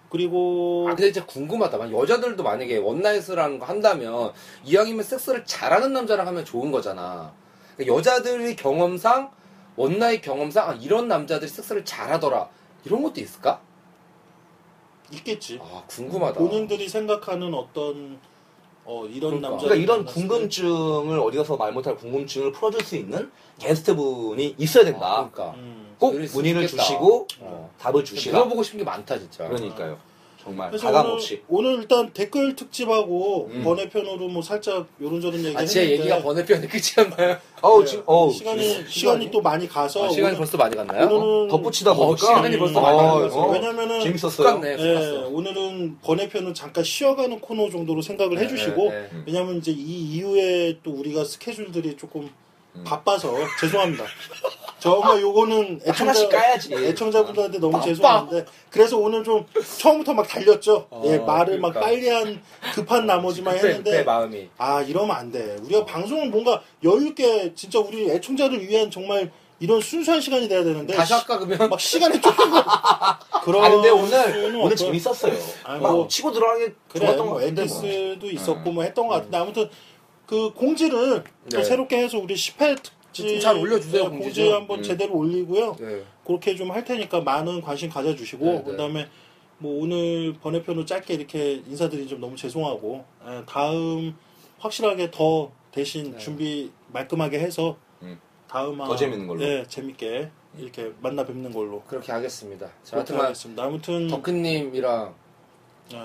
그리고 음. 아, 근데 진짜 궁금하다. 만 여자들도 만약에 원나잇이라는 거 한다면 이왕이면 섹스를 잘하는 남자랑 하면 좋은 거잖아. 그러니까 여자들의 경험상 원나잇 경험상 아, 이런 남자들이 섹스를 잘하더라. 이런 것도 있을까? 있겠지. 아 궁금하다. 본인들이 생각하는 어떤 어, 이런 그러니까. 남자. 그러니까 이런 궁금증을 어디 가서 말 못할 궁금증을 풀어줄 수 있는 게스트분이 있어야 아, 된다 그러니까 음. 꼭 그럴 수 문의를 있겠다. 주시고 어. 답을 주시라 물어보고 싶은 게 많다 진짜. 그러니까요 정말 그래서 가감 오늘- 예, 없이 음. 오늘, 일단 댓글 특집하고 번외편으로 뭐 살짝 요런저런 얘기 아, 했는데 제 얘기가 번외편이 끝이었나요? 어우 네. 지금 어우 시간이 시간이 또 많이 가서 아, 시간이 오늘- 벌써 많이 갔나요? 오늘은 덧붙이다 어, 보니까 시간이 벌써 많이 어, 흘렀어요. 어, 왜냐면은 재밌었어요. 똑같네. 예, 똑같어. 오늘은 번외편은 잠깐 쉬어가는 코너 정도로 생각을 해주시고 네, 네. 왜냐면 이제 이 이후에 또 우리가 스케줄들이 조금 음. 바빠서 죄송합니다. 정말 요거는 아, 하나씩 애청자, 까야지. 애청자분들한테 너무 바빠. 죄송한데 그래서 오늘 좀 처음부터 막 달렸죠. 예, 말을 막 그러니까. 빨리 한 급한 나머지만 그때, 했는데 그때 마음이. 아 이러면 안 돼. 우리가 방송을 뭔가 여유 있게 진짜 우리 애청자를 위한 정말 이런 순수한 시간이 돼야 되는데 다시 네, 시- 할까 그러면? 막 시간이 조금 그런 아 근데 오늘 수는 오늘 없고. 재밌었어요. 아니, 막 뭐, 치고 들어가는 게 그래 좋았던 것 뭐 같은데 뭐. 네. 엔디스도 있었고 뭐 했던 것 같은데 아무튼 그 공지를 또 네. 새롭게 해서 우리 10회 특집 좀잘 올려주세요, 공지 공지 좀. 음. 한번 제대로 올리고요 네. 그렇게 좀 할 테니까 많은 관심 가져주시고 네, 네. 그다음에 뭐 오늘 번외편으로 짧게 이렇게 인사드리기 좀 너무 죄송하고 예, 다음 확실하게 더 대신 네. 준비 말끔하게 해서 다음 더 재밌는 걸로. 예, 재밌게 이렇게 만나 뵙는 걸로 그렇게 하겠습니다. 자, 그렇게 하여튼 하겠습니다. 아무튼 덕크님이랑 예.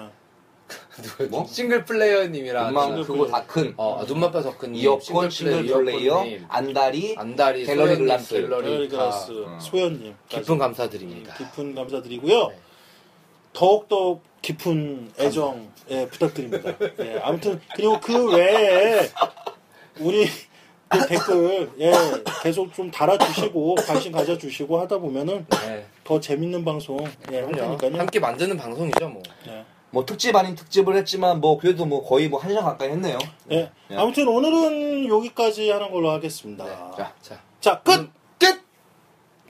누구였지? 뭐? 싱글 플레이어님이랑 눈만 크고 다큰 어, 아, 눈마빠 덕크님, 이어폰 싱글 플레이어 이어폰님, 안다리 안다리, 갤러리 소연님, 글라스, 갤러리 갤러리 그라스 다 음. 소연님 깊은 감사드립니다. 네, 깊은 감사드리고요. 네. 더욱더 깊은 애정 예, 부탁드립니다. 예, 아무튼 그리고 그 외에 우리 그 댓글 예, 계속 좀 달아주시고 관심 가져주시고 하다 보면은 네, 더 재밌는 방송 예, 네, 할 그럼요. 테니까요. 함께 만드는 방송이죠, 뭐. 예. 뭐 특집 아닌 특집을 했지만 뭐 그래도 뭐 거의 뭐 한 시간 가까이 했네요. 예, 아무튼 오늘은 여기까지 하는 걸로 하겠습니다. 자, 자, 자 끝.